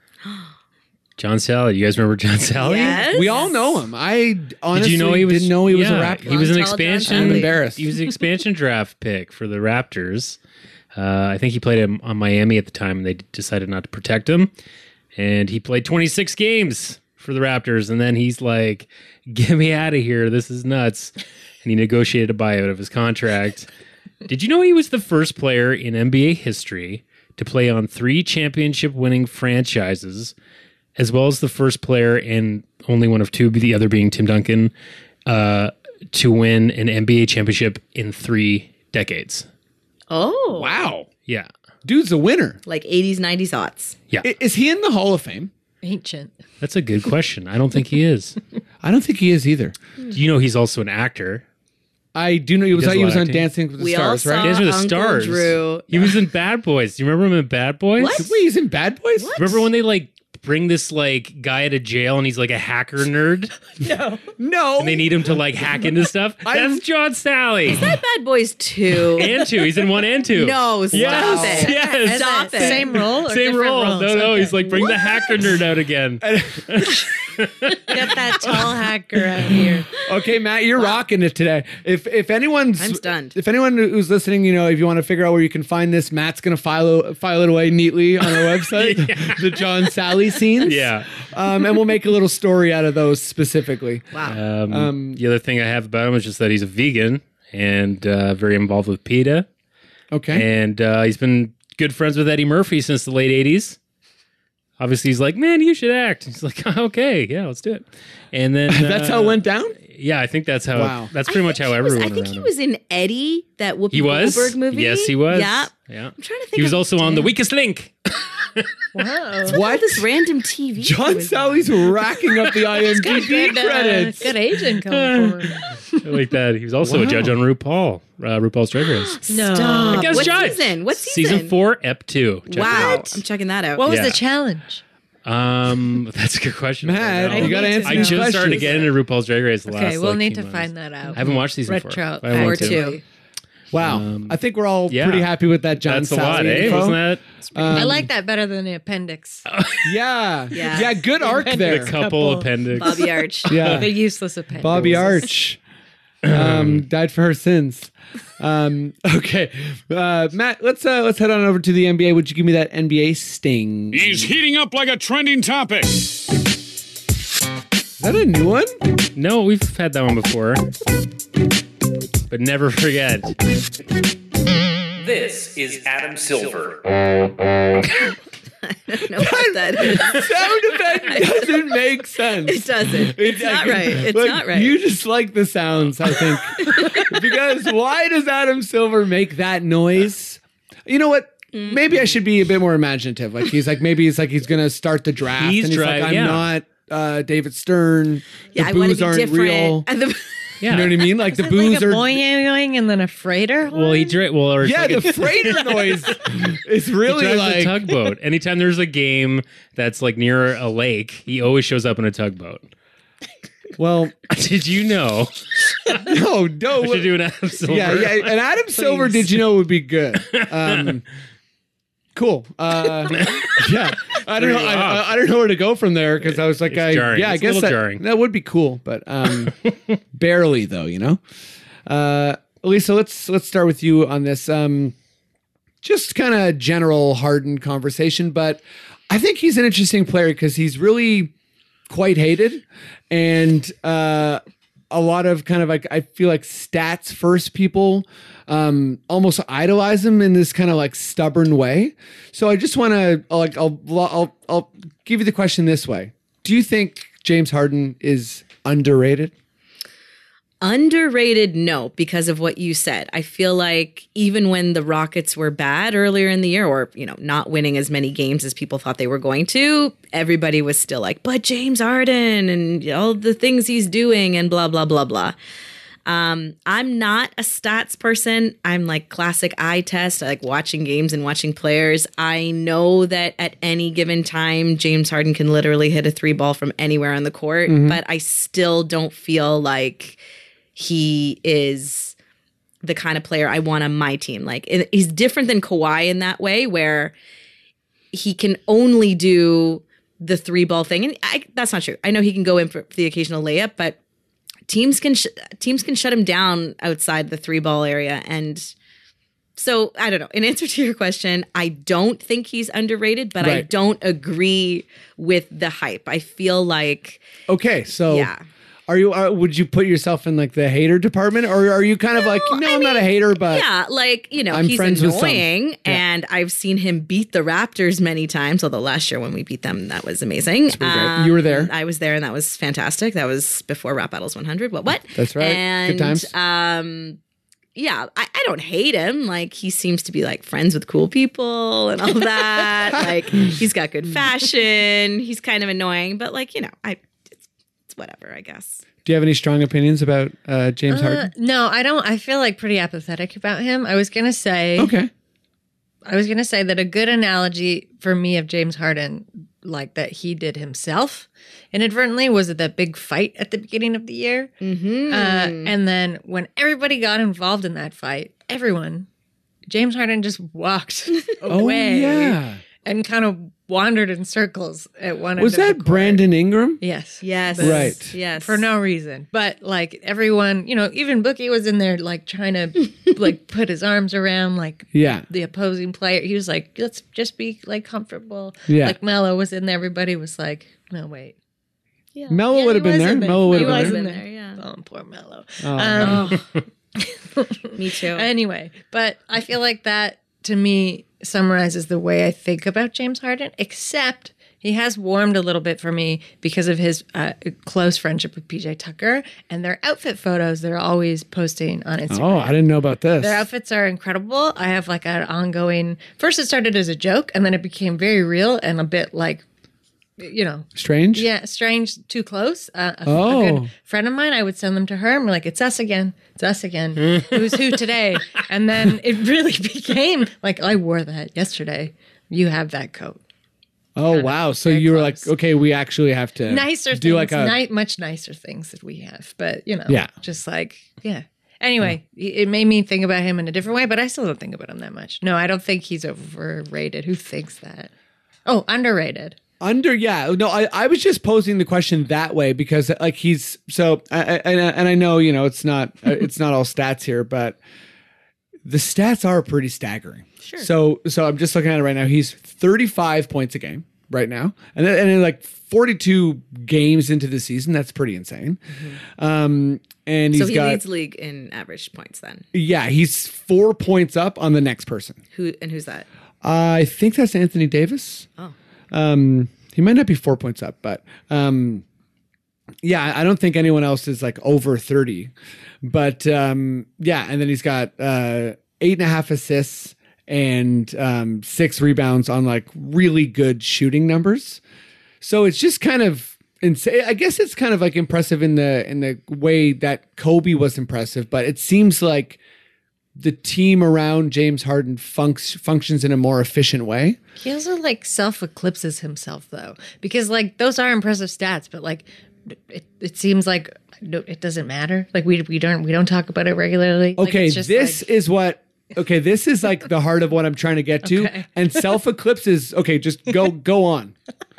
John Sally. You guys remember John Sally?
yes
We all know him. I honestly
Did you know he was?
didn't know he was
yeah,
a rapper.
He was an
Long tall John
I'm
Sally.
expansion.
embarrassed.
He was an expansion draft pick for the Raptors. Uh, I think he played him on Miami at the time, and they decided not to protect him. And he played 26 games for the Raptors, and then he's like, "Get me out of here! This is nuts!" And he negotiated a buyout of his contract. Did you know he was the first player in NBA history to play on three championship winning franchises, as well as the first player and only one of two, the other being Tim Duncan, uh, to win an NBA championship in three decades.
Oh,
Wow.
Yeah.
Dude's a winner.
like 80s, 90s aughts.
Yeah.
I- Is he in the Hall of Fame?
Ancient.
That's a good question. I don't think he is.
I don't think he is either.
you know, he's also an actor.
I do know he was,
does a
he
lot
was
of
on
acting.
Dancing with the
We all
Stars,
saw
right?
Dancing with the
Uh, Uncle
Stars.
Drew.
He was in Bad Boys. Do you remember him in Bad Boys?
What?
Wait, he's in Bad Boys?
Remember when they like bring this like guy to jail and he's like a hacker nerd
No.
and they need him to like hack into stuff?
I'm-
That's John Sally.
That Bad Boys 2.
and two. He's in one and two.
no, stop
Yes.
it.
Yes.
Stop it.
Same role? Or
Same
different
role.
roles?
No, no.
Okay.
He's like, bring the hacker nerd out again.
get that tall hacker out here.
Okay, Matt, you're rocking it today. If if anyone's
I'm stunned.
If anyone who's listening, you know, if you want to figure out where you can find this, Matt's gonna file file it away neatly on our website, the John Sally scenes.
Yeah.
um, and we'll make a little story out of those specifically.
Wow.
Um, the other thing I have about him is just that he's a vegan and uh, very involved with PETA.
Okay,
And uh, he's been good friends with Eddie Murphy since the late 80s. Obviously, he's like, man, you should act. He's like, okay, yeah, let's do it. And then
that's
uh,
how it went down.
Yeah, I think that's how.
Wow.
That's pretty much how
I think he
everyone.
was- I think
around
he
him-
was in Eddie, that Whoopi
He was.
Goldberg movie.
Yes, he was.
Yeah.
Yeah.
I'm trying to think.
He was
of
also on The Weakest Link.
Wow.
What?
this random TV. he
John
was
Sally's racking up the
Oh,
IMDb
Good, uh,
credits.
good agent coming forward.
I like that. He was also a judge on RuPaul, uh, RuPaul's Drag Race.
on.
No.
Stop.
Guess
What
judge.
season? What season?
Season four, ep two. Check it
Wow.
out.
I'm checking that out.
What was
Yeah.
the challenge?
Um, that's a good question.
Matt,
I, don't
you
know.
gotta
I
answer.
I
know.
these
just started
questions.
to get into RuPaul's Drag Race. The
Okay,
last,
we'll
like,
need
few
to
months.
find that out.
I haven't watched season
Retro-
four. I want
Four
to.
two.
Wow, I think we're all
Um, yeah.
pretty happy with that John
That's a
Sally.
lot, eh?
info. Um,
Wasn't that
I like that better than the appendix.
Yeah,
Yeah.
yeah, good arc
the
there.
couple, appendix?
Bobby Arch.
Yeah,
The useless appendix.
Bobby Arch um, died for her sins. Um, okay, uh, Matt, let's uh, let's head on over to the NBA. Would you give me that NBA sting? Is
He's heating up like a trending topic.
that a new one?
No, we've had that one before. But never forget.
This is Adam Silver.
I don't know what that is.
Sound effect doesn't make sense.
It doesn't. It's not right. It's
Like,
not right.
You just like the sounds, I think. because why does Adam Silver make that noise? You know what? Maybe I should be a bit more imaginative. Like he's like maybe he's like he's gonna start the draft
He's
and he's
dri-
like I'm
yeah.
not uh, David Stern.
yeah, I
the
want to
boos
be
aren't
different.
real.
And the-
Yeah.
You know what I mean? Like the
Is it like
boos
a
are
boing and then a freighter.
Well, he
horn?
dra- well, or it's
Yeah,
like a-
the freighter noise is
He
really
drives
like
a tugboat. Anytime there's a game that's like near a lake, he always shows up in a tugboat.
well,
Did you know?
no, no.
I should do an Adam Silver.
yeah, yeah. And Adam Silver, did you know would be good? Um, cool. Uh, yeah, I don't know. I, I, I don't know where to go from there because I was like,
It's
I,
jarring.
yeah, I
It's a
guess
little
that,
jarring.
that would be cool, but um, barely though. You know, uh, Lisa, let's let's start with you on this. Um, just kind of general hardened conversation, but I think he's an interesting player because he's really quite hated and uh a lot of kind of like I feel like stats first people um almost idolize him in this kind of like stubborn way. So I just want to like I'll, I'll I'll give you the question this way. Do you think James Harden is underrated?
Underrated, no, because of what you said. I feel like even when the Rockets were bad earlier in the year, or you know, not winning as many games as people thought they were going to, everybody was still like, "But James Harden and all the things he's doing and blah blah blah blah." Um, I'm not a stats person. I'm like classic eye test. I like watching games and watching players. I know that at any given time, James Harden can literally hit a three ball from anywhere on the court, but I still don't feel like he is the kind of player I want on my team. Like it- he's different than Kawhi in that way, where he can only do the three ball thing, and I, that's not true. I know he can go in for the occasional layup, but teams can sh- teams can shut him down outside the three ball area, and so I don't know. In answer to your question, I don't think he's underrated, but I
Right.
don't agree with the hype. I feel like
Okay, so
yeah.
Are you? Uh, would you put yourself in like the hater department, or are you kind of like, no,
I
I'm not a
mean,
hater, but
yeah, like you know,
I'm
he's
friends with some.
annoying,
Yeah.
and I've seen him beat the Raptors many times. Although last year when we beat them, that was amazing. Um,
pretty great. You were there.
I was there, and that was fantastic. That was before Rap Battles 100. What? What?
That's right. Good
And,
times.
Um, yeah, I, I don't hate him. Like he seems to be like friends with cool people and all that. like he's got good fashion. He's kind of annoying, but like you know, I it's, it's whatever. I guess.
do you have any strong opinions about uh, James
Uh,
Harden?
no, I don't. I feel like pretty apathetic about him. I was gonna say.
Okay,
I was gonna say that a good analogy for me of James Harden, like that he did himself inadvertently, was that big fight at the beginning of the year.
Mm-hmm.
Uh, and then when everybody got involved in that fight, everyone, James Harden just walked
oh
away
yeah,
and kind of wandered in circles at one.
was
end of the
that
court.
Brandon Ingram?
Yes.
yes.
Right.
Yes.
For no reason, but like everyone, you know, even Bookie was in there, like trying to, like put his arms around, like
Yeah,
the opposing player. He was like, let's just be like comfortable.
Yeah.
Like Mello was in there. Everybody was like, no, wait.
Mello would have been there. Mello would have
He
been
was
there.
in there, yeah.
Oh, poor Mello.
Oh,
um,
Me too.
Anyway, but I feel like that to me summarizes the way I think about James Harden, except he has warmed a little bit for me because of his uh, close friendship with PJ Tucker and their outfit photos they're always posting on Instagram.
oh, I didn't know about this.
Their outfits are incredible. I have like an ongoing. First, it started as a joke, and then it became very real and a bit like, you know,
Strange.
yeah, strange, too close. Uh, a, a
Oh.
good friend of mine, I would send them to her, and we're like, "It's us again. It's us again. Who's who today?" And then it really became like, "I wore that yesterday. You have that coat."
Oh wow. So you were like,
close.
okay, we actually have to
Nicer
do like
things,
a
ni- much nicer things that we have, but you know,
Yeah.
just like yeah. Anyway, it it made me think about him in a different way, but I still don't think about him that much. No, I don't think he's overrated. Who thinks that? Oh, underrated.
under yeah no I, I was just posing the question that way because like he's so I, I, and I- and i know you know it's not uh, it's not all stats here but the stats are pretty staggering sure so so i'm just looking at it right now he's 35 points a game right now and then- and then like 42 games into the season that's pretty insane um and he's
Mm-hmm. so he
got
leads league in average points then.
yeah he's four points up on the next person
Who and who's that?
I think that's Anthony Davis. Oh. Um, he might not be four points up, but um, yeah, I- I don't think anyone else is like over 30. But um, yeah, and then he's got uh, eight and a half assists and um, six rebounds on like really good shooting numbers. So it's just kind of insane. I guess it's kind of like impressive in the in the way that Kobe was impressive, but it seems like the team around James Harden func- functions in a more efficient way.
He also like self eclipses himself though, because like those are impressive stats, but like it, it seems like no, it doesn't matter. Like we we don't we don't talk about it regularly. Like,
Okay,
it's just,
this
like-
is what. Okay, this is like the heart of what I'm trying to get to,
Okay.
and self eclipse is okay. Just go go on,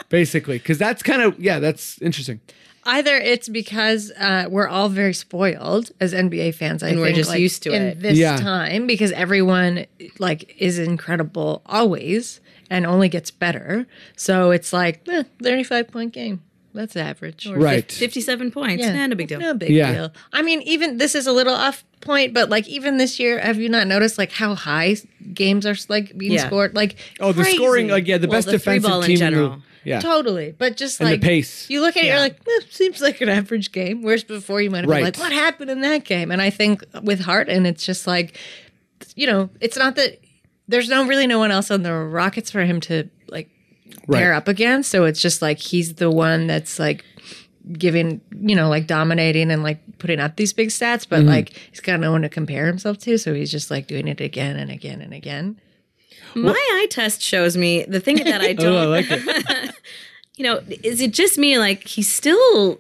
basically, because that's kind of yeah, that's interesting.
either it's because uh, we're all very spoiled as NBA fans, I
And we're
think,
just
like,
used to
in
it.
this
Yeah.
time because everyone like is incredible always and only gets better. So it's like eh, thirty five point game. That's average.
Right.
Fifty-seven points.
Yeah.
Nah, no big deal.
No big
Yeah.
deal. I mean, even this is a little off point, but like even this year, have you not noticed like how high s- games are s- like being
Yeah.
scored? Like
Oh, the
crazy.
scoring, like yeah, the
Well,
best
the three
defensive
ball in
team in
general.
The, yeah,
Totally, but just
And the
like
pace.
you look at it, you're like, eh, seems like an average game. Whereas before, you might have
Right.
been like, what happened in that game? And I think with Harden, it's just like, you know, it's not that there's no really no one else on the Rockets for him to like
Right.
pair up against. So it's just like he's the one that's like giving, you know, like dominating and like putting up these big stats,
Mm-hmm.
but like he's got no one to compare himself to. So he's just like doing it again and again and again.
My eye test shows me the thing that I don't.
Oh, I like it.
you know, is it just me? Like he still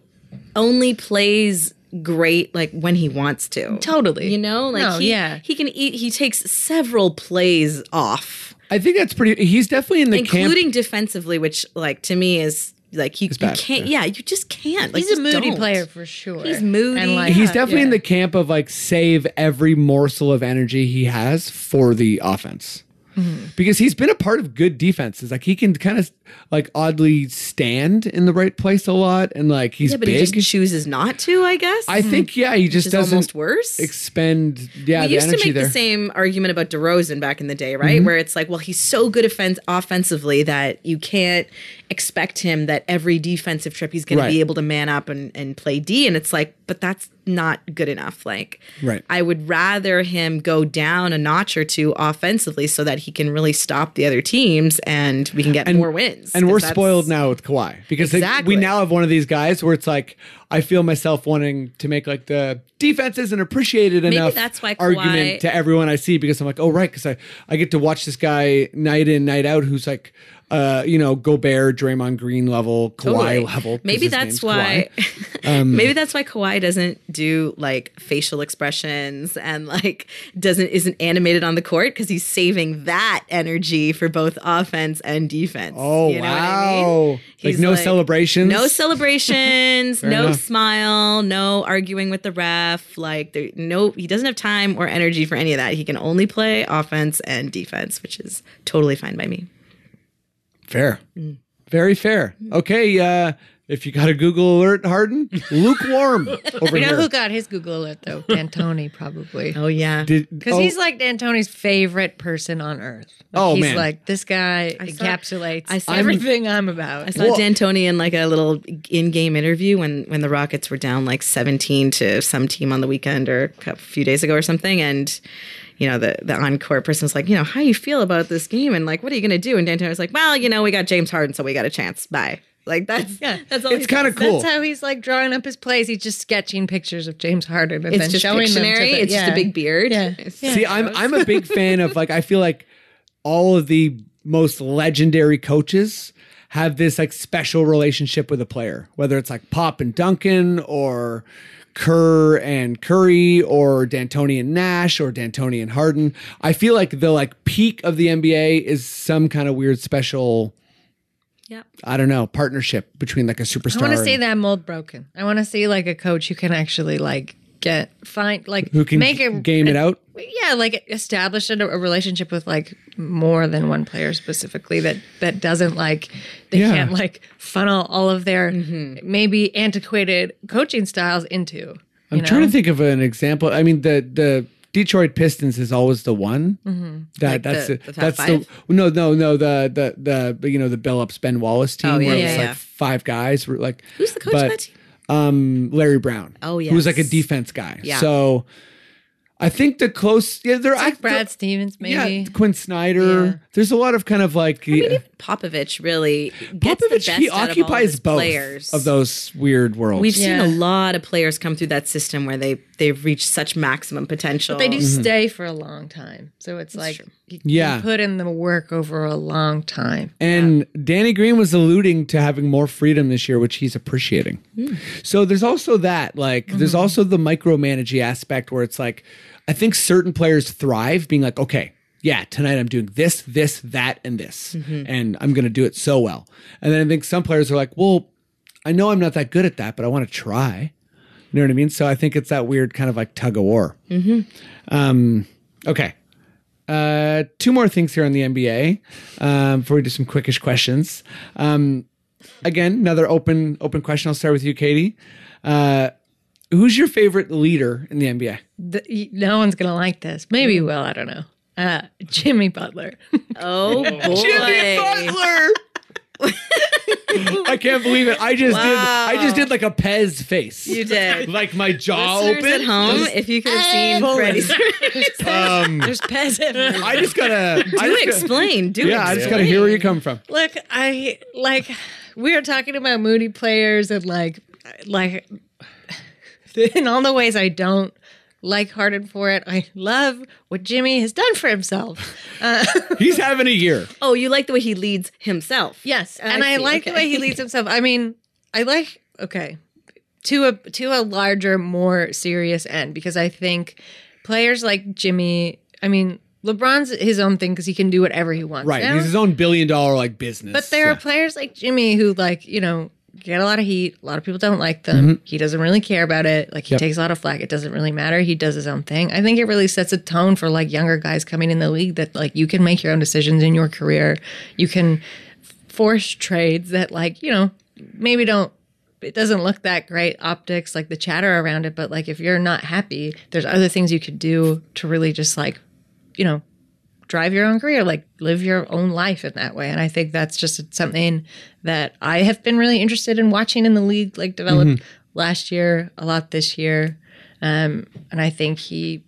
only plays great like when he wants to.
Totally.
You know, like
No,
he,
yeah.
he can eat. He takes several plays off,
I think that's pretty. He's definitely in the
including
camp.
defensively, which like to me is like you, you
bad,
can't. Yeah. you just can't. Like,
He's a
just
moody
don't.
player for sure.
He's moody.
He's
Yeah,
definitely in
yeah.
the camp of like save every morsel of energy he has for the offense.
Mm-hmm.
because he's been a part of good defenses. Like he can kind of like oddly stand in the right place a lot, and like he's
Yeah, but
big.
he just chooses not to, I guess.
I think yeah, he just
which is
doesn't
almost worse.
expend yeah
we
the
used to
energy
make
there. Mm-hmm.
the same argument about DeRozan back in the day, right? Where it's like, well, he's so good offens- offensively that you can't expect him that every defensive trip he's going
Right.
to be able to man up and, and play D. And it's like, but that's not good enough. Like,
Right.
I would rather him go down a notch or two offensively so that he can really stop the other teams and we can get more wins.
And
'Cause
we're
that's-
spoiled now with Kawhi because like,
Exactly.
we now have one of these guys where it's like I feel myself wanting to make like the defense isn't appreciated enough
that's why
argument
Kawhi-
to everyone I see because I'm like oh right because I I get to watch this guy night in night out who's like uh you know Gobert Draymond Green level Kawhi
Totally.
level 'cause
Maybe
his
that's
name's
why.
Kawhi. Um,
maybe that's why Kawhi doesn't do like facial expressions and like doesn't isn't animated on the court because he's saving that energy for both offense and defense.
oh
You know what
wow
I mean?
like
He's
no celebrations
No celebrations, no
enough.
smile, no arguing with the ref. Like there, no, he doesn't have time or energy for any of that. He can only play offense and defense, which is totally fine by me.
Fair.
Mm.
Very fair. Okay, uh, if you got a Google alert, Harden, lukewarm over
You know
here.
who got his Google alert though? D'Antoni probably.
Oh yeah,
Did-
Because
oh,
he's like D'Antoni's favorite person on earth. Like,
Oh,
he's
man.
like this guy
saw-
encapsulates
I saw-
everything I'm about.
I saw
Well-
D'Antoni in like a little in-game interview when when the Rockets were down like 17 to some team on the weekend or a cou- few days ago or something, and you know the the encore person was like, you know, how you feel about this game and like what are you gonna do? And D'Antoni was like, well, you know, we got James Harden, so we got a chance. Bye. Like that's yeah, that's all.
it's
he
kind of
says.
cool.
That's how he's like drawing up his plays. He's just sketching pictures of James Harden and
It's
then
just
showing them.
Pictionary.
To the,
it's just
yeah.
a big beard.
Yeah.
It's-
See, I'm I'm a big fan of like I feel like all of the most legendary coaches have this like special relationship with a player, whether it's like Pop and Duncan or Kerr and Curry or D'Antoni and Nash or D'Antoni and Harden. I feel like the like peak of the NBA is some kind of weird special
Yep.
I don't know, partnership between like a
I
superstar.
want to see
and-
that mold broken. I want to see like a coach who can actually like get find like
who can
make a
game it out.
yeah like establish a, a relationship with like more than one player specifically that that doesn't like they
Yeah. Mm-hmm.
can't like funnel all of their maybe antiquated coaching styles into you
I'm
know?
trying to think of an example. I mean, the the Detroit Pistons is always the one. That
Mm-hmm. Like
that's
the-
it.
the top
that's
five?
the no no no the the the you know the Billups Ben Wallace team
Oh, yeah,
where it
yeah,
was
yeah.
like five guys were like
Who's the coach
but,
of that team?
Um, Larry Brown.
Oh,
who was like a
yes.
defense guy.
Yeah.
So I think the close yeah they're
like
I-
Brad Stevens maybe
yeah Quinn Snyder.
Yeah.
There's a lot of kind of like yeah.
Popovich really gets the
Popovich
best
he
out of all
occupies
his
both
players.
of those weird worlds.
We've
Yeah.
seen a lot of players come through that system where they they've reached such maximum potential.
they do stay for a long time so it's like you,
Mm-hmm. Yeah.
you put in the work over a long time
And Danny Green was alluding to having more freedom this year, which he's appreciating. So there's also that, like, there's also the micromanaging aspect where it's like, I think certain players thrive being like, okay, yeah, tonight I'm doing this, this, that, and this, and I'm going to do it so well. And then I think some players are like, well, I know I'm not that good at that, but I want to try. You know what I mean? So I think it's that weird kind of like tug of war. Mm-hmm. Um, okay. Uh, two more things here on the NBA um, before we do some quickish questions. Um, again, another open open question. I'll start with you, Katie. Uh, who's your favorite leader in the NBA?
The- y- no one's gonna like this maybe you will I don't know uh, Jimmy Butler
Oh boy!
I can't believe it. I just
Wow.
did. I just did like a Pez face,
You did.
like my jaw
Listeners
open.
at home, if you could have seen Freddie's,
there's Pez everywhere
I just gotta. I
do
just gotta-
explain. Do
yeah, I
explain.
just gotta hear where you come from.
Look, I like we were talking about moody players and like like in all the ways I don't like Harden for it. I love what Jimmy has done for himself.
He's having a year.
Oh, you like the way he leads himself.
Yes, and
I
I,
see,
like the
okay.
way he leads himself. I mean, I like okay to a to a larger, more serious end because I think players like Jimmy. I mean, LeBron's his own thing because he can do whatever he wants.
Right.
now.
He's his own billion dollar like business.
But there
Yeah.
are players like Jimmy who, like, you know, get a lot of heat. A lot of people don't like them. He doesn't really care about it. Like he
Mm-hmm. Yep.
takes a lot of flack. It doesn't really matter. He does his own thing. I think it really sets a tone for like younger guys coming in the league that like you can make your own decisions in your career. You can force trades that like, you know, maybe don't it doesn't look that great optics like the chatter around it, but like if you're not happy, there's other things you could do to really just like, you know, drive your own career, like live your own life in that way. And I think that's just something that I have been really interested in watching in the league, like develop last year, a lot this year. Um, and I think he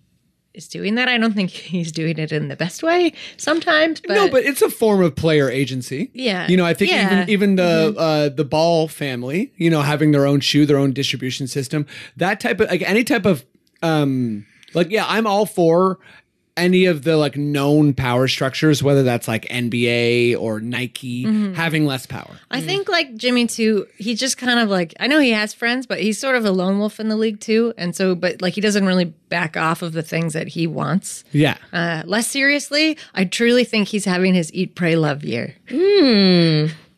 is doing that. I don't think he's doing it in the best way sometimes, but,
no, but it's a form of player agency.
Yeah.
you know, I think
Yeah. Mm-hmm.
even even the uh, the Ball family, you know, having their own shoe, their own distribution system, that type of like any type of um like yeah, I'm all for any of the like known power structures, whether that's like NBA or Nike,
Mm-hmm.
having less power.
I think like Jimmy too, he just kind of like I know he has friends, but he's sort of a lone wolf in the league too. And so but like he doesn't really back off of the things that he wants.
Yeah,
Uh, less seriously, I truly think he's having his eat, pray, love year.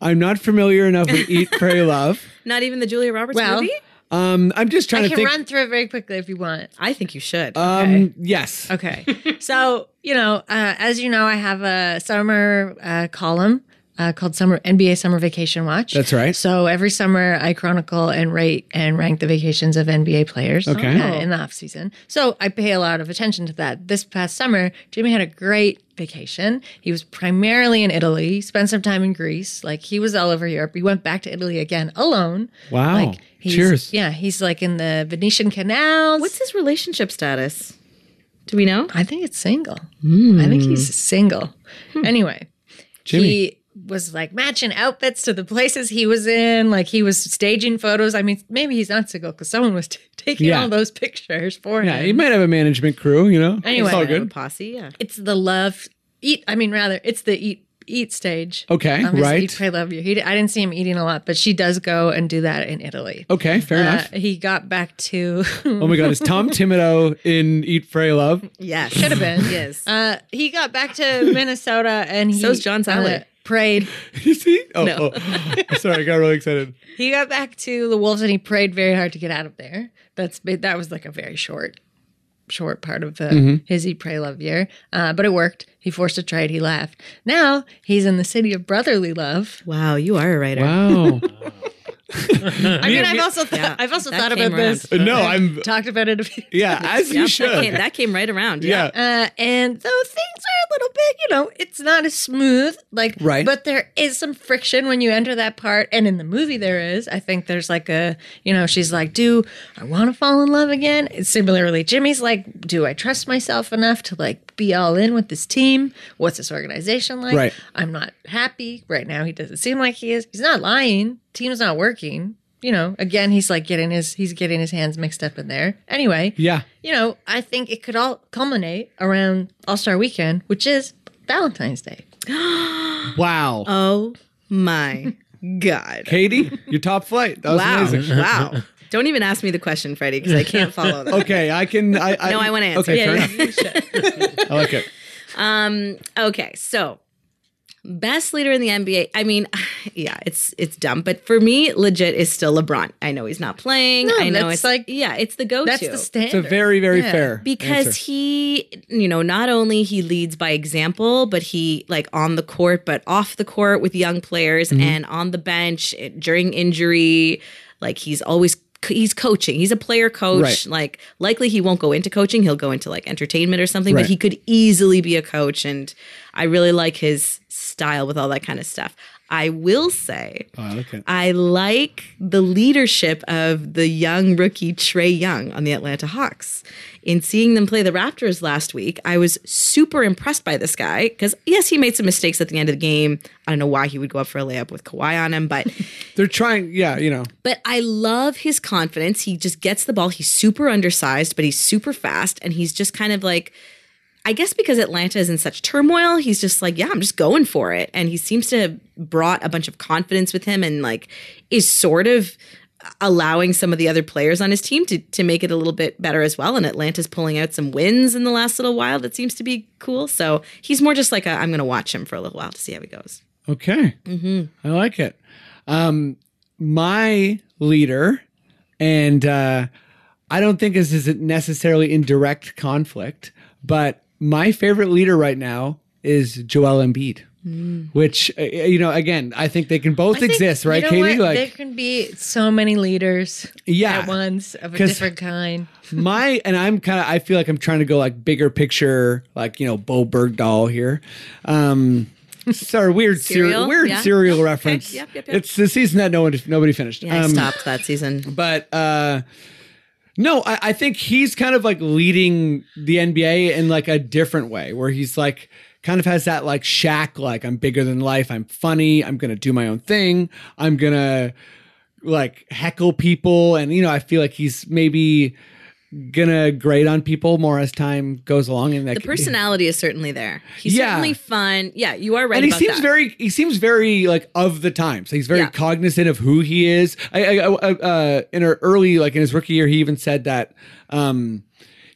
I'm not familiar enough with Eat, Pray, Love.
Not even the Julia Roberts
Well,
movie?
Um, I'm just trying to
I can
think.
run through it very quickly if you want.
I think you should.
Um, yes.
Okay. so, you know, uh, as you know, I have a summer uh, column uh, called Summer NBA Summer Vacation Watch.
That's right.
So every summer I chronicle and rate and rank the vacations of NBA players
Okay.
uh, in the off season. So I pay a lot of attention to that. This past summer, Jimmy had a great vacation. He was primarily in Italy, He spent some time in Greece. Like he was all over Europe. He went back to Italy again alone.
Wow.
Like he's,
Oh, Cheers.
Yeah, he's like in the Venetian canals.
What's his relationship status? Do we know?
I think it's single. I think he's single.
Hmm.
Anyway,
Hmm. Jimmy.
he was like matching outfits to the places he was in. Like he was staging photos. I mean, maybe he's not single because someone was t- taking
Yeah.
all those pictures for
yeah,
him.
you might have a management crew. You know,
Anyway.
it's all
A
good.
posse, yeah.
it's the love eat. I mean, rather, it's the eat eat stage.
Okay,
Um, his
right.
Eat, pray, love you. He, I didn't see him eating a lot, but she does go and do that in Italy.
Okay, fair
Uh,
enough.
he got back to
Oh my God, is Tom Thibodeau in Eat, Pray, Love?
Yes.
Should have been.
Yes.
Uh, he got back to Minnesota and he
So's John Salad.
uh, prayed.
You see? Oh, oh. sorry, I got really excited.
He got back to the Wolves and he prayed very hard to get out of there. That's that was like a very short, short part of the
Mm-hmm.
his he pray love year, uh, but it worked. He forced a trade. He left. Now he's in the city of brotherly love.
Wow, you are a writer.
Wow.
I mean, I've also th-
Yeah,
I've also
that
thought
came
about
around.
this.
Uh, no, I'm.
Talked about it a few
Yeah, as
Yeah,
you
That came,
should.
that came right around. Yeah.
Yeah.
Uh, and though things are a little bit, you know, it's not as smooth, like,
Right.
But there is some friction when you enter that part, and in the movie there is. I think there's like a, you know, she's like, "Do I want to fall in love again?" And similarly, Jimmy's like, "Do I trust myself enough to like be all in with this team? What's this organization like?
Right.
I'm not happy right now. He doesn't seem like he is. He's not lying. Team's not working." You know, again, he's like getting his he's getting his hands mixed up in there. Anyway,
Yeah.
you know, I think it could all culminate around All Star Weekend, which is Valentine's Day.
Wow.
Oh my God.
Katie, your top flight. That was
Wow.
amazing.
Wow. Don't even ask me the question, Freddie, because I can't follow that.
Okay, I can. I, I
No, I wanna answer.
Okay,
Yeah,
fair
yeah.
enough. I like it.
Okay, so best leader in the NBA. I mean, yeah, it's it's dumb, but for me, legit is still LeBron. I know he's not playing.
No,
I know
that's
it's
like-
yeah, it's the go-to.
That's the
Oh, It's a
standard.
very, very
Yeah.
fair.
because
answer.
he you know not only he leads by example but he like on the court but off the court with young players
Mm-hmm.
and on the bench eh, during injury like he's always he's coaching he's a player coach
Right.
like likely he won't go into coaching he'll go into like entertainment or something
Right.
but he could easily be a coach and i really like his style with all that kind of stuff i will say
Oh, I like it.
I like the leadership of the young rookie Trey Young on the Atlanta Hawks. In seeing them play the Raptors last week, I was super impressed by this guy because, yes, he made some mistakes at the end of the game. I don't know why he would go up for a layup with Kawhi on him, but
They're trying. Yeah, you know.
but I love his confidence. He just gets the ball. He's super undersized, but he's super fast. And he's just kind of like, I guess because Atlanta is in such turmoil, he's just like, yeah, I'm just going for it. And he seems to have brought a bunch of confidence with him and like is sort of allowing some of the other players on his team to, to make it a little bit better as well. And Atlanta's pulling out some wins in the last little while that seems to be cool. So he's more just like, a, I'm
Mm-hmm.
going to watch him for a little while to see how he goes.
Okay. I like it. Um, my leader, and uh, I don't think this is necessarily in direct conflict, but my favorite leader right now is Joel Embiid. Which uh, you know, again, I think they can both
Mm. I think-
exist, right,
you know
Katie?
what?
Like,
there can be so many leaders
Yeah.
at once of a
'Cause-
different kind.
my and I'm kind of I feel like I'm trying to go like bigger picture, like you know Bo Bergdahl here. Um, sorry, weird cereal,
Cereal?
weird
Yeah.
cereal
Okay.
reference.
Yep, yep, yep.
It's the season that no one nobody finished.
Yeah, I
Um,
stopped that season.
But uh, no, I, I think he's kind of like leading the NBA in like a different way, where he's like kind of has that like Shaq, like I'm bigger than life, I'm funny, I'm gonna do my own thing, I'm gonna like heckle people, and you know I feel like he's maybe gonna grade on people more as time goes along, and that
The
could-
personality is certainly there. He's
Yeah.
certainly fun. Yeah, you are right.
and he
about
seems
that.
very he seems very like of the times. he's very
Yeah.
cognizant of who he is. I, I, I uh, in her early like in his rookie year, he even said that um,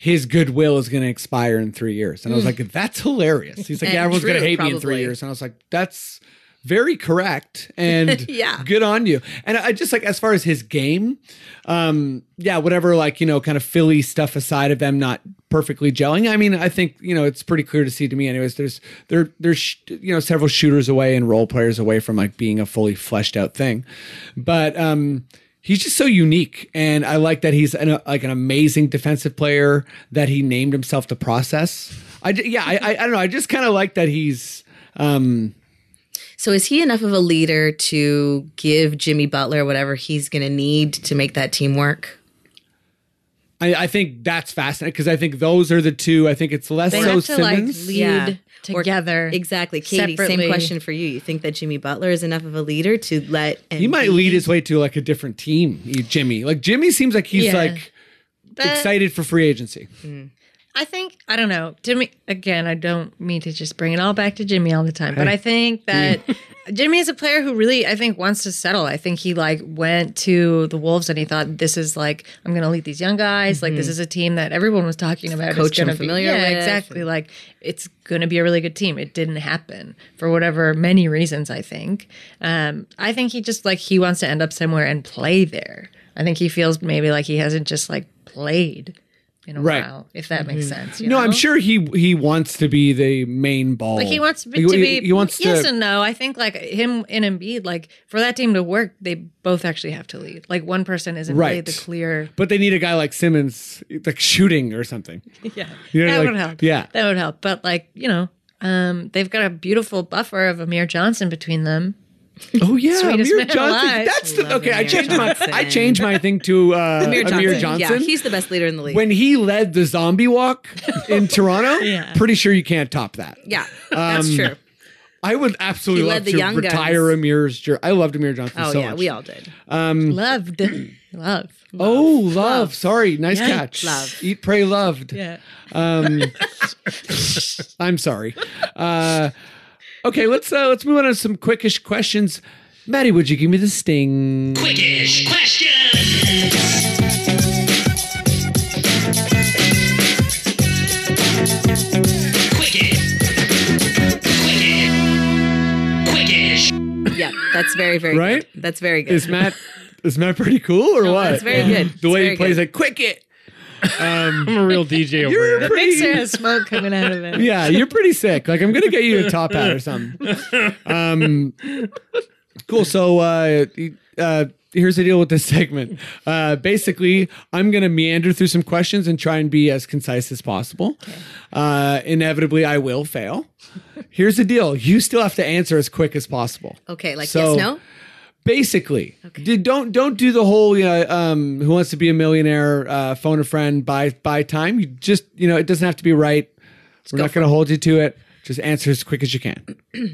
his goodwill is going to expire in three years, and I was like, that's hilarious. He's like,
Mm. And
yeah, everyone's going to
true,
hate me in three
probably.
years, and I was like, that's very correct and
Yeah.
good on you. And I I just like as far as his game, um, yeah, whatever, like, you know, kind of Philly stuff aside of them not perfectly gelling. I mean, I think, you know, it's pretty clear to see to me anyways, there's, there, there's, sh- you know, several shooters away and role players away from like being a fully fleshed out thing. But, um, he's just so unique. And I like that he's an, like an amazing defensive player that he named himself the process. I, j- yeah, I, I, I don't know. I just kind of like that he's, um,
So is he enough of a leader to give Jimmy Butler whatever he's going to need to make that team work?
I, I think that's fascinating because I think those are the two. I think it's less
They
so
have to like
Simmons.
lead
Yeah. Or-
together.
Exactly. Katie,
Separately.
same question for you. You think that Jimmy Butler is enough of a leader to let
He might lead his way to like a different team, you- Jimmy. Like Jimmy seems like he's
Yeah. Uh,
like
But
excited for free agency.
I think I don't know. Jimmy again, I don't mean to just bring it all back to Jimmy all the time, but I think that Jimmy is a player who really I think wants to settle. I think he like went to the Wolves and he thought this is like I'm going to lead these young guys. Like this is a team that everyone was talking about. It's
Mm-hmm. coach I'm
gonna be-
familiar
yeah,
with.
exactly. Like it's going to be a really good team. It didn't happen for whatever many reasons. I think. Um, I think he just like he wants to end up somewhere and play there. I think he feels maybe like he hasn't just like played. In a
Right.
while, if that makes sense. you
Mm-hmm. No, I'm
know?
sure he he wants to be the main ball.
Like he wants to be.
He,
to
he-
be
he wants
yes
to.
and no. I think like him and Embiid, like for that team to work, they both actually have to lead. Like one person isn't really
Right.
the clear.
but they need a guy like Simmons, like shooting or something.
Yeah,
You know,
that
like-
would help.
yeah.
that would help. But like you know, um, they've got a beautiful buffer of Amir Johnson between them.
Oh yeah,
Sweetest
Amir
man
Johnson.
alive.
That's the
Love
okay. I
Amir
changed my
Johnson.
I changed my thing to uh, Amir Johnson.
Yeah, he's the best leader in the league.
when he led the zombie walk in Toronto, pretty sure you can't top that.
yeah,
Um,
that's true.
I would absolutely
He
love
led the
to
young
retire
guns.
Amir's jersey. I loved Amir Johnson
Oh
so
yeah,
much.
we all did.
Mm.
Loved, love.
Oh, love. Sorry. Nice catch.
Love.
Eat, pray, loved.
Yeah,
I'm sorry. Uh, okay, let's uh, let's move on to some quickish questions. Maddie, would you give me the sting?
Quickish question. Quickie. Quickie. Quickish.
Yeah, that's very very
Right?
Good. That's very good.
Is Matt is Matt pretty cool or what?
that's very good.
The
It's
way he
very
plays
good.
it, quick it.
I'm a real DJ over
You're
here.
pretty.
mixer has smoke coming out of it.
yeah, you're pretty sick. Like I'm gonna get you a top hat or something. Um, cool. So uh, uh, here's the deal with this segment. Uh, basically, I'm gonna meander through some questions and try and be as concise as possible. Uh, inevitably, I will fail. Here's the deal. You still have to answer as quick as possible.
okay, like
So-
yes, no.
Basically, D- don't don't do the whole you know, um, who wants to be a millionaire, uh, phone a friend, buy buy time. You just you know it doesn't have to be right. We're not going to hold you to it. Just answer as quick as you can.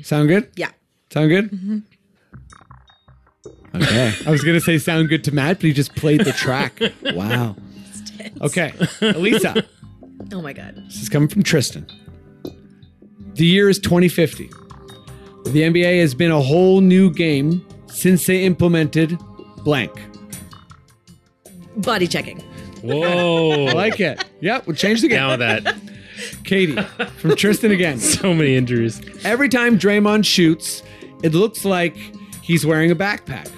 sound good?
Yeah.
Sound good? Okay. I was going to say sound good to Matt, but he just played the track. wow. Okay, Elisa.
Oh my god.
This is coming from Tristan. The year is 2050. The NBA has been a whole new game since they implemented blank.
Body checking.
Whoa.
I like it. Yep, we'll change the game.
Now that
Katie from Tristan again.
so many injuries.
Every time Draymond shoots, it looks like he's wearing a backpack.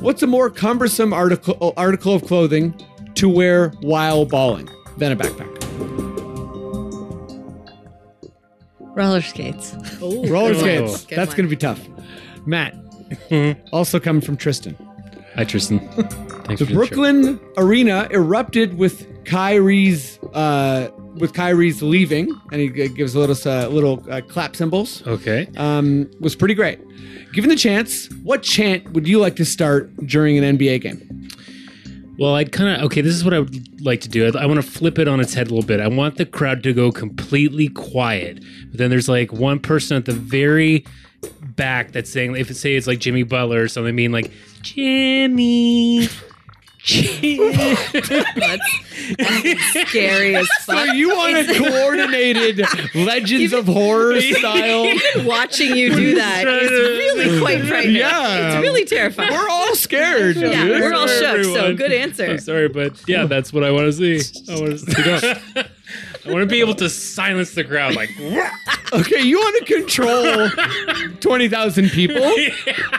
What's a more cumbersome article article of clothing to wear while balling than a backpack?
Roller skates.
Oh,
Good one.
Roller skates.
Good
That's
one.
going to be tough. Matt, also coming from Tristan.
Hi, Tristan. Thanks
The
for
Brooklyn arena erupted with Kyrie's uh, with Kyrie's leaving, and he g- gives a little uh, little uh, clap cymbals.
The show. Okay.
Uh,
Um, was pretty great. Given the chance, what chant would you like to start during an NBA game?
Well, I'd kind of okay. This is what I would like to do. I, I want to flip it on its head a little bit. I want the crowd to go completely quiet, but then there's like one person at the very back that's saying, if it say it's like Jimmy Butler or something, mean like Jimmy. Jimmy.
scary as fuck.
you want a coordinated Legends of Horror style?
Watching you do that is really quite frightening.
Yeah.
It's really terrifying.
We're all scared.
yeah,
dude.
we're all
For
shook, so
everyone.
good answer.
I'm sorry, but yeah, that's what I want to see. I want to see. I want to be able to silence the crowd. Like,
Okay, you want to control 20,000 people?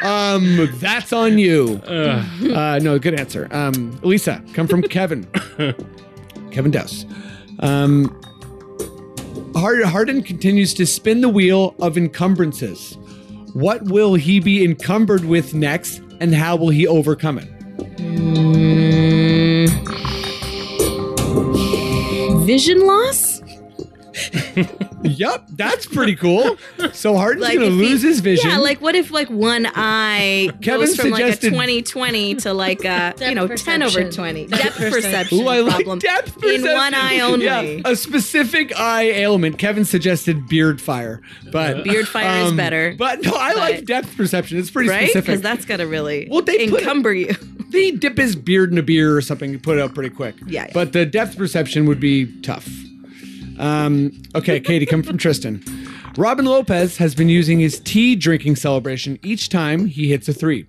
Um, that's on you. Uh, no, good answer. Um, Lisa, come from Kevin. Kevin Douse. Um, Hard- Harden continues to spin the wheel of encumbrances. What will he be encumbered with next, and how will he overcome it?
Vision loss?
Yup, that's pretty cool. So Harden's going
if
to
he-
lose his vision.
Yeah, like what if like one eye
Kevin
goes from
suggested-
like a 20-20 to like a you know 10 over
perception.
20
Depth
depth
perception.
perception
Ooh, I like
problem
depth
in one eye
perception.
only.
Yeah, a specific eye ailment. Kevin suggested beard fire, but um,
Beard fire is better,
But no, I like
but-
depth perception. It's pretty
right? Because
specific.
that's gonna really
Well, they put-
encumber you.
they dip his beard in a beer or something, put it out pretty quick.
Yeah, yeah.
But the depth perception would be tough. Um, okay, Katie, come from Tristan. Robin Lopez has been using his tea drinking celebration each time he hits a three.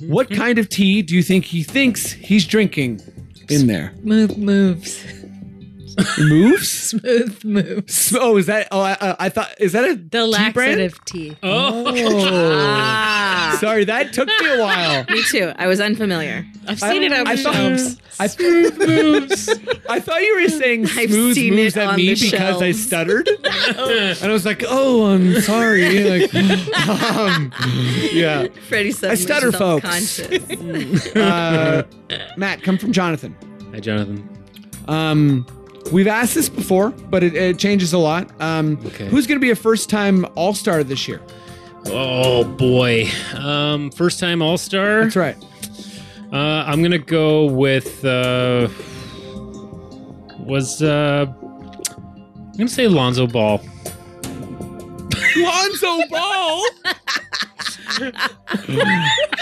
What kind of tea do you think he thinks he's drinking in there?
Move moves.
Moves?
Smooth moves.
Oh, is that? Oh, I, I- I thought is that a
The
tea brand?
laxative tea.
Oh,
Ah,
sorry, that took me a while.
me too. I was unfamiliar.
I've seen it on
I
the
thought-
shelves.
I, smooth moves. I thought you were saying
I've
smooth
seen
moves
it
at
on
me
the
because I
shelves.
stuttered, and I was like, "Oh, I'm sorry." Like, um, yeah.
Freddie suddenly
stutter, folks.
self-conscious.
Uh, Matt, come from Jonathan.
hi, Jonathan.
Um, we've asked this before, but it, it changes a lot. Um,
Okay.
Who's going to be a first-time All-Star this year?
Oh boy, um, first time All Star.
That's right.
Uh, I'm gonna go with uh, was uh, I'm gonna say Lonzo Ball.
Lonzo Ball.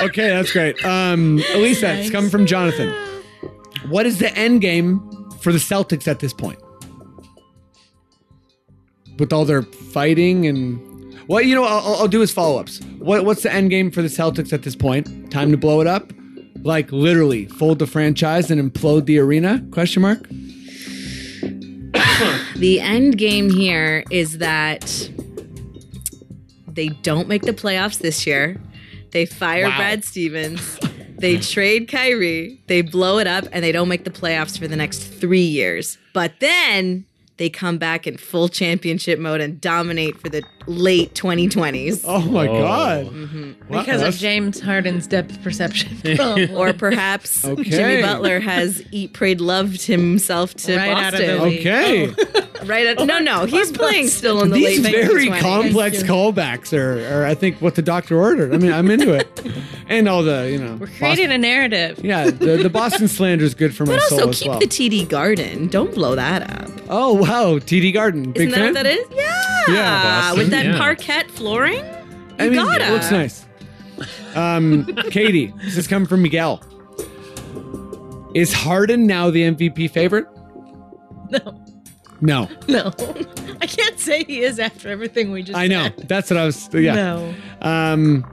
okay, that's great. Um, Elisa, it's coming from Jonathan. What is the end game for the Celtics at this point? With all their fighting and well, you know, I'll, I'll- I'll do his follow-ups. What, what's the end game for the Celtics at this point? Time to blow it up, like literally fold the franchise and implode the arena? Question mark.
The end game here is that they don't make the playoffs this year. They fire Brad Stevens. They trade Kyrie. They blow it up and they don't make the playoffs for the next three years. But then they come back in full championship mode and dominate for the late 2020s.
Oh my
Oh.
god! Wow,
Because of
that's-
James Harden's depth perception. Oh, problem.
Or perhaps
Okay.
Jimmy Butler has eat, prayed, loved himself to
Right out of
Boston.
the league.
Okay.
Right at, no, no, he's playing still in the
These
late
very
1920s.
complex callbacks are, are, I think, what the doctor ordered. I mean, I'm into it, and all the you know,
We're creating
Boston,
a narrative.
yeah, the, the Boston slander is good for my
But
soul
also
as
keep
well.
the TD Garden. Don't blow that up.
oh wow, TD Garden, big
Isn't that
fan.
what that is? Yeah.
Yeah, Boston,
With that
yeah.
parquet flooring?
I
You
mean,
gotta.
it looks nice. Um, Katie, this is coming from Miguel. Is Harden now the MVP favorite?
No,
No,
no. I can't say he is after everything we just
I know.
said.
That's what I was. Yeah.
No.
Um,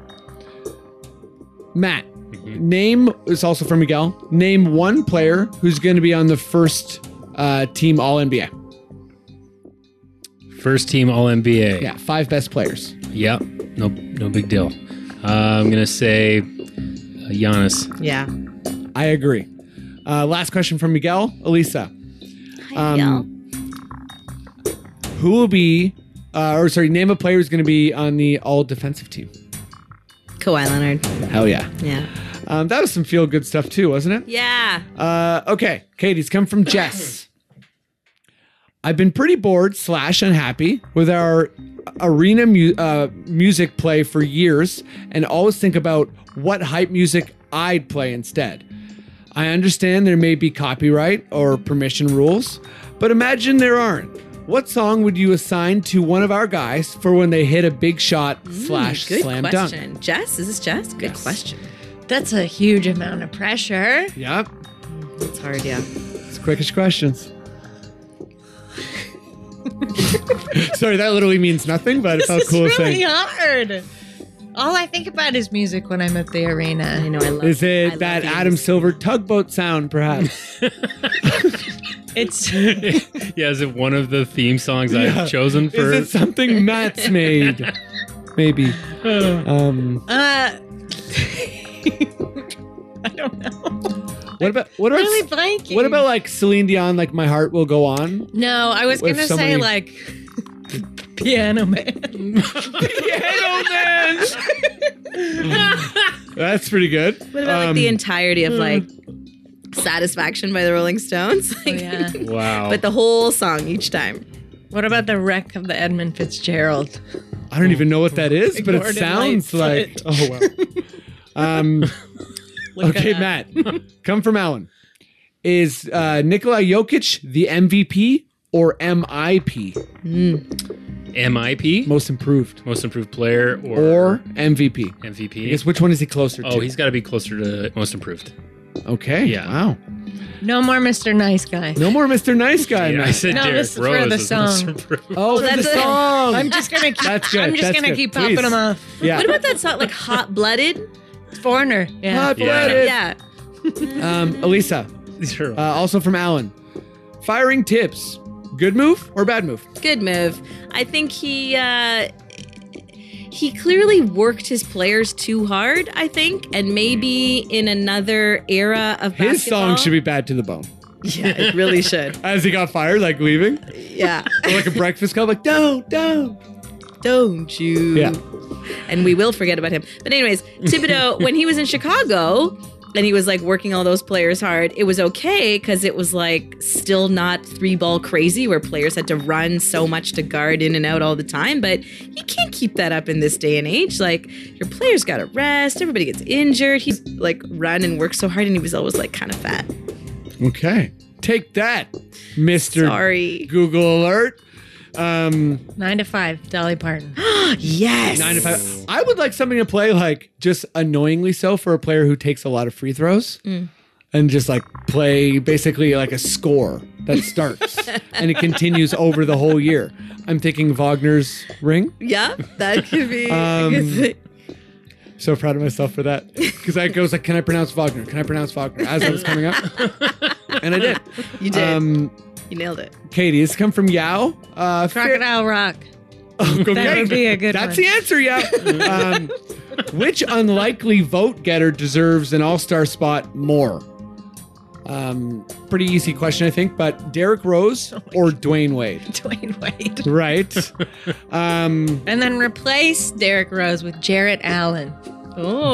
Matt, name is also from Miguel. Name one player who's going to be on the first uh, team All NBA.
First team All NBA.
Yeah, five best players.
Yep. No, no big deal. Uh, I'm gonna say uh, Giannis.
Yeah.
I agree. Uh, last question from Miguel. Elisa, Um,
Hi, y'all.
who will be, uh, or sorry, name a player who's going to be on the all defensive team?
Kawhi Leonard.
Hell yeah.
Yeah.
Um, that was some feel good stuff too, wasn't it?
Yeah.
Uh, okay. Katie's come from Jess. I've been pretty bored slash unhappy with our arena mu- uh, music play for years and always think about what hype music I'd play instead. I understand there may be copyright or permission rules, but imagine there aren't. What song would you assign to one of our guys for when they hit a big shot slash
Mm, Good
slam dunk?
question. Jess, is this Jess? Good question.
That's a huge amount of pressure.
Yep,
It's hard, yeah.
It's quickish questions. Sorry, that literally means nothing, but it felt
It's
cool
really
saying.
hard. All I think about is music when I'm at the
I
arena.
know I love
Is
I
it
love
that
these.
Adam Silver tugboat sound, perhaps?
It's
yeah, is it one of the theme songs
Yeah.
I've chosen for?
Is it something Matt's made? Maybe. Um,
uh I don't know.
what about what about
Really blanking.
what about like Celine Dion? Like my heart will go on.
No, I was
What if
gonna
somebody-
say like Piano Man.
That's pretty good.
What about like the
Um,
entirety of like Satisfaction by the Rolling Stones? Like,
yeah.
wow.
But the whole song each time.
What about the wreck of the Edmund Fitzgerald?
I don't even know what that is, but it
Ignored it
sounds like
like-
oh well. Um,
Look
okay,
it up.
Matt, come from Alan. Is uh, Nikola Jokic the MVP or MIP,
MIP,
most improved,
most improved player, or,
or MVP? I
MVP.
guess which one is he closer to?
oh, he's got to be closer to most improved.
okay.
Yeah.
Wow.
No more Mr. Nice Guy.
No more Mr. Nice Guy.
Yeah, I
Matt.
said
No,
Derrick
this is for
Rose
the
is most
song.
improved.
Oh, for the
that's it.
song.
I'm just gonna keep
That's good.
I'm just
That's
gonna
good.
keep popping
Please.
them off.
yeah.
What about that song like Hot Blooded?
It's foreigner. Yeah.
Hot
Yeah.
blooded.
Yeah.
Um, Elisa,
These are
uh,
all-
also from Alan. Firing tips. Good move or bad move?
Good move. I think he uh he clearly worked his players too hard, I think, and maybe in another era of
His
basketball-
song should be bad to the bone.
Yeah, it really should.
As he got fired, like leaving,
Yeah.
or like a breakfast cup, like don't, don't.
Don't you?
Yeah.
And we will forget about him. But anyways, Thibodeau, when he was in Chicago and he was like working all those players hard, it was okay because it was like still not three ball crazy where players had to run so much to guard in and out all the time. But you can't keep that up in this day and age. Like your players gotta rest, everybody gets injured. He's like run and worked so hard and he was always like kind of fat.
Okay. Take that, Mr.
Sorry.
Google Alert. Um,
Nine to five, Dolly Parton.
Yes.
nine to five. I would like somebody to play like just annoyingly so for a player who takes a lot of free throws
Mm.
and just like play basically like a score that starts and it continues over the whole year. I'm thinking Wagner's ring.
Yeah, that could be
Um, So proud of myself for that because I goes like, can I pronounce Wagner? Can I pronounce Wagner? As I was coming up, and I did.
you did.
Um,
you nailed it.
Katie, it's come from Yao. Uh, fair-
Crocodile Rock.
Okay.
That would be a good
That's
one.
the answer, yeah. um, which unlikely vote getter deserves an all star spot more? Um, pretty easy question, I think, but Derek Rose or Dwayne Wade?
Dwayne Wade.
Right. um,
And then replace Derek Rose with Jarrett Allen. Oh.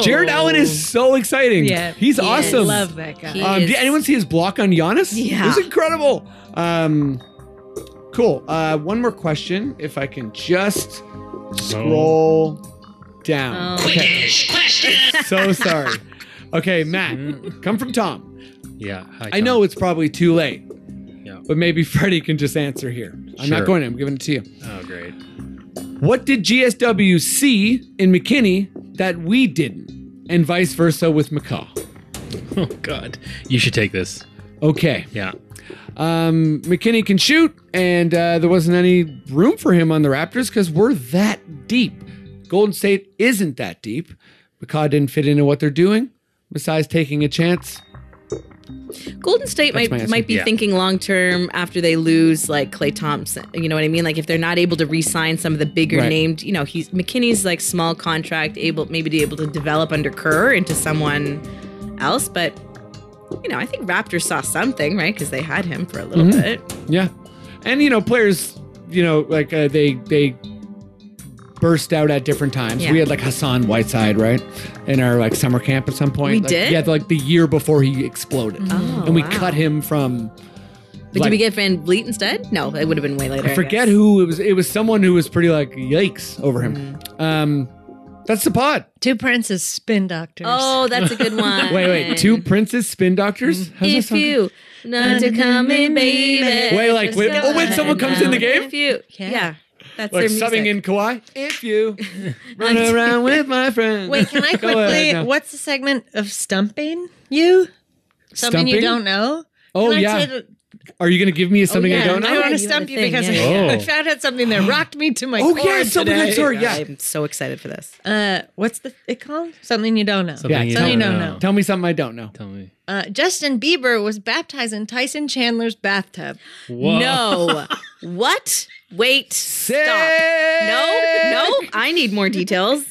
Jared Allen is so exciting.
Yeah.
He's
He is.
awesome.
love that guy.
He-
Um, did
is-
anyone see his block on Giannis?
Yeah.
It was incredible. Um, cool. Uh, one more question, if I can just scroll down.
Oh.
Okay.
Quidditch question.
so sorry. Okay, Matt, come from Tom.
yeah. Hi,
I
Tom.
know it's probably too late,
Yeah.
but maybe Freddie can just answer here. I'm not
Sure.
going to, I'm giving it to you.
Oh, great.
What did GSW see in McKinney that we didn't? And vice versa with McCaw.
Oh God, you should take this.
Okay.
Yeah.
Um, McKinney can shoot, and uh, there wasn't any room for him on the Raptors because we're that deep. Golden State isn't that deep. McCaw didn't fit into what they're doing. Masai's taking a chance.
Golden State
That's my
might
answer.
might be
Yeah.
thinking long term after they lose like Clay Thompson. You know what I mean? Like if they're not able to re-sign some of the bigger
Right.
named, you know, he's McKinney's like small contract, able maybe to able to develop under Kerr into someone else. But you know, I think Raptors saw something right because they had him for a little
Mhm.
bit.
Yeah, and you know players, you know like uh, they they burst out at different times.
Yeah.
We had like Hassan Whiteside right in our like summer camp at some point.
We
Like,
did?
yeah, like the year before he exploded,
Oh,
and we
wow.
cut him from.
But did we get Van Vliet instead? No, it would have been way later.
I forget
guess.
who it was. It was someone who was pretty like yikes over him.
Mm.
Um, that's the pod.
Two princes, spin doctors.
Oh, that's a good one.
Wait, wait, two princes spin doctors. How's that
Mm. If
sound?
you not to come in, baby.
Wait, like,
Just
when-
go
oh, when someone comes in the
now.
game?
If you,
Yeah.
yeah. That's
like
their music.
subbing in Kawhi. If you run around with my friends.
Wait, can I
Go ahead
quickly?
now.
What's the segment of stumping you? Something you
Stumping?
don't know?
Oh
Can I
yeah.
say that-
Are you going to give me something
Oh, yeah,
I don't know?
I want
you
to
had
stump
a
you
thing,
because
yeah,
yeah.
I found out something that rocked me to my
Oh,
core.
yeah, something
today.
I'm sorry. Yeah.
I'm so excited for this.
Uh, what's the it called? Something you don't know.
Yeah,
you
tell
don't
me. No,
know.
no.
Tell me something I don't know.
Tell me.
Uh, Justin Bieber was baptized in Tyson Chandler's bathtub.
Whoa.
No. what? Wait. Stop. No, no. I need more details.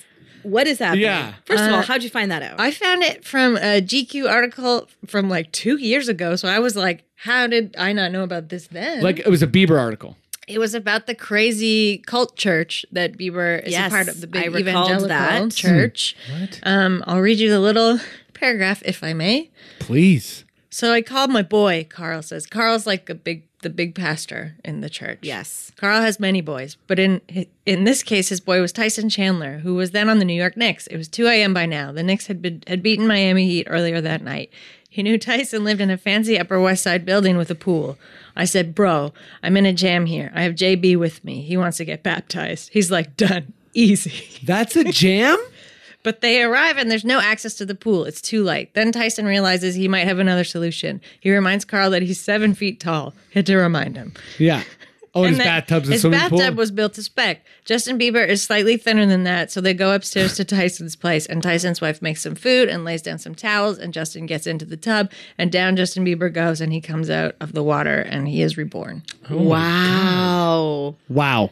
What is happening?
Yeah.
First of all,
Uh,
how'd you find that out?
I found it from a GQ article from like two years ago. So I was like, how did I not know about this then?
Like it was a Bieber article.
it was about the crazy cult church that Bieber is
Yes,
a part of, the
I
big
recalled
evangelical
that.
church.
What?
Um, I'll read you the little paragraph if I may.
Please.
So I called my boy, Carl says. Carl's like a big the big pastor in the church.
yes.
Carl has many boys, but in in this case, his boy was Tyson Chandler, who was then on the New York Knicks. It was 2 a.m. by now. The Knicks had been had beaten Miami Heat earlier that night. He knew Tyson lived in a fancy Upper West Side building with a pool. I said, "Bro, I'm in a jam here. I have JB with me. He wants to get baptized." He's like, "Done, easy."
That's a jam?
But they arrive and there's no access to the pool. It's too late. Then Tyson realizes he might have another solution. He reminds Carl that he's seven feet tall. Had to remind him.
yeah. Oh, and his
And that-
bathtub's a
his
swimming
bathtub
pool.
was built to spec. Justin Bieber is slightly thinner than that, so they go upstairs to Tyson's place, and Tyson's wife makes some food and lays down some towels, and Justin gets into the tub, and down Justin Bieber goes, and he comes out of the water, and he is reborn.
Wow.
wow.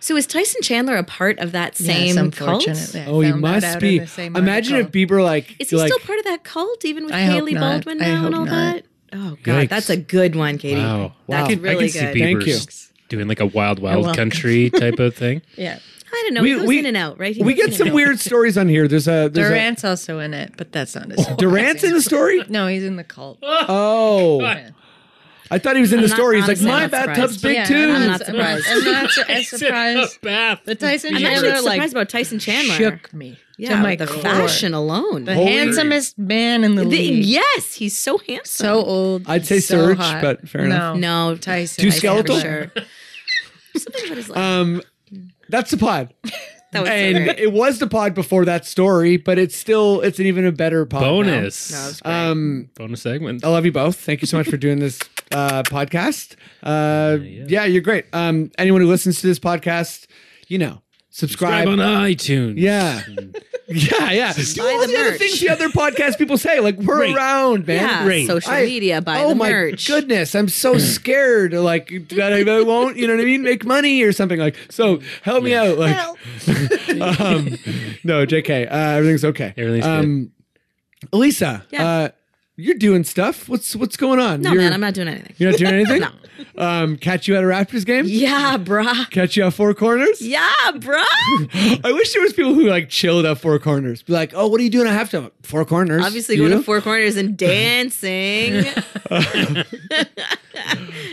So is Tyson Chandler a part of that
Yes,
same cult?
unfortunately, I
Oh, he
found that
must
out
be.
in the same
Imagine if
article.
Bieber like
Is he
like,
still part of that cult, even with
I hope
Haley
not.
Baldwin
I
now and
hope
all
not.
that? Oh God,
Yikes.
that's a good one, Katie.
Wow.
That's
I can,
really
I can
good.
see
Thank
Bieber's
you.
doing like a wild,
welcome.
wild country type of thing.
yeah.
I don't know.
We-
he goes
we-
in and out, right? He
We
goes
get
in
some
and out.
weird stories on here. There's a there's
Durant's also in it, but that's not his.
a Durant's in the story?
No, he's in the cult.
Oh.
Yeah.
I thought he was in the
not-
story. He's like,
honestly, I'm
my
not
bathtub's
surprised.
big
Yeah,
too.
not
I'm not surprised. I'm not su- as surprised.
bath.
The Tyson
I'm
Chandler
actually surprised
like
about Tyson Chandler.
shook me.
yeah,
to my
the
core.
fashion alone.
the handsomest man in the,
The-
league.
yes, he's so handsome.
so old.
I'd say
so
Serge,
hot.
but fair enough.
no,
Tyson.
Oh. Too
Tyson,
skeletal?
For
but-
sure. Something about his life.
Um, that's the pod.
that was so
and
great.
it was the pod before that story, but it's still it's an even a better pod.
Oh,
now.
Bonus.
No, it was great.
Um,
Bonus segment.
I love you both. Thank you so much for doing this uh, podcast. Uh, yeah. you're great. Um, anyone who listens to this podcast, you know,
Subscribe
subscribe.
on iTunes.
yeah. yeah, yeah. Do
Buy
all
the
the other
merch.
things the other podcast people say. Like we're
Right.
around, man.
yeah,
great.
social
I-
media by
oh
the
my
merch.
goodness, I'm so scared. Like that I won't, you know what I mean? Make money or something like. So help me out. Like, um, no, JK, uh, everything's okay.
Everything's
um, Elisa,
Yeah.
uh, you're doing stuff. What's what's going on?
No,
you're,
man, I'm not doing anything.
You're not doing anything. Um, catch you at a Raptors game.
Yeah, bruh.
Catch you at Four Corners.
Yeah, bruh.
I wish there was people who like chilled at Four Corners. Be like, oh, what are you doing? I have to Four Corners.
Obviously,
You?
going to Four Corners and dancing.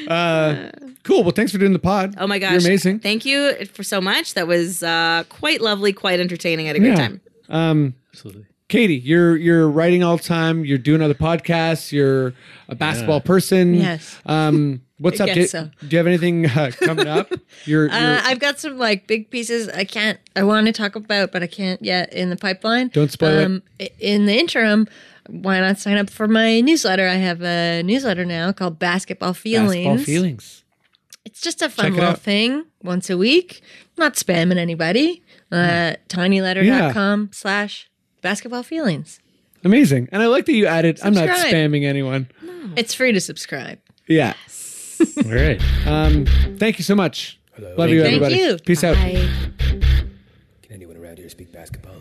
Uh, cool. Well, thanks for doing the pod.
Oh my gosh.
you're amazing.
Thank you for so much. That was uh, quite lovely, quite entertaining. I had a great
Yeah.
time.
Um,
Absolutely.
Katie, you're you're writing all the time. You're doing other podcasts. You're a basketball person.
Yes.
Um, what's
I
up?
guess
Do,
so.
do you have anything uh, coming up? You're, you're
Uh, I've got some like big pieces I can't, I want to talk about, but I can't yet in the pipeline.
Don't spoil it.
it. In the interim, why not sign up for my newsletter? I have a newsletter now called Basketball Feelings.
basketball feelings.
It's just a
Check
fun
it
little
out.
thing once a week. I'm not spamming anybody. Uh, tinyletter.com slash basketball feelings.
Amazing. And I like that you added, I'm not
Subscribe.
spamming anyone.
It's free to subscribe.
Yeah.
All right.
Um, thank you so much. Love you,
you. Thank
everybody.
you.
Peace out.
I
Can anyone around here speak basketball?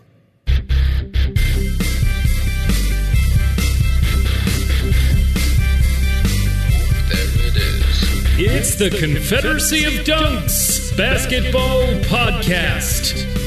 It's the Confederacy of Dunks Basketball Podcast.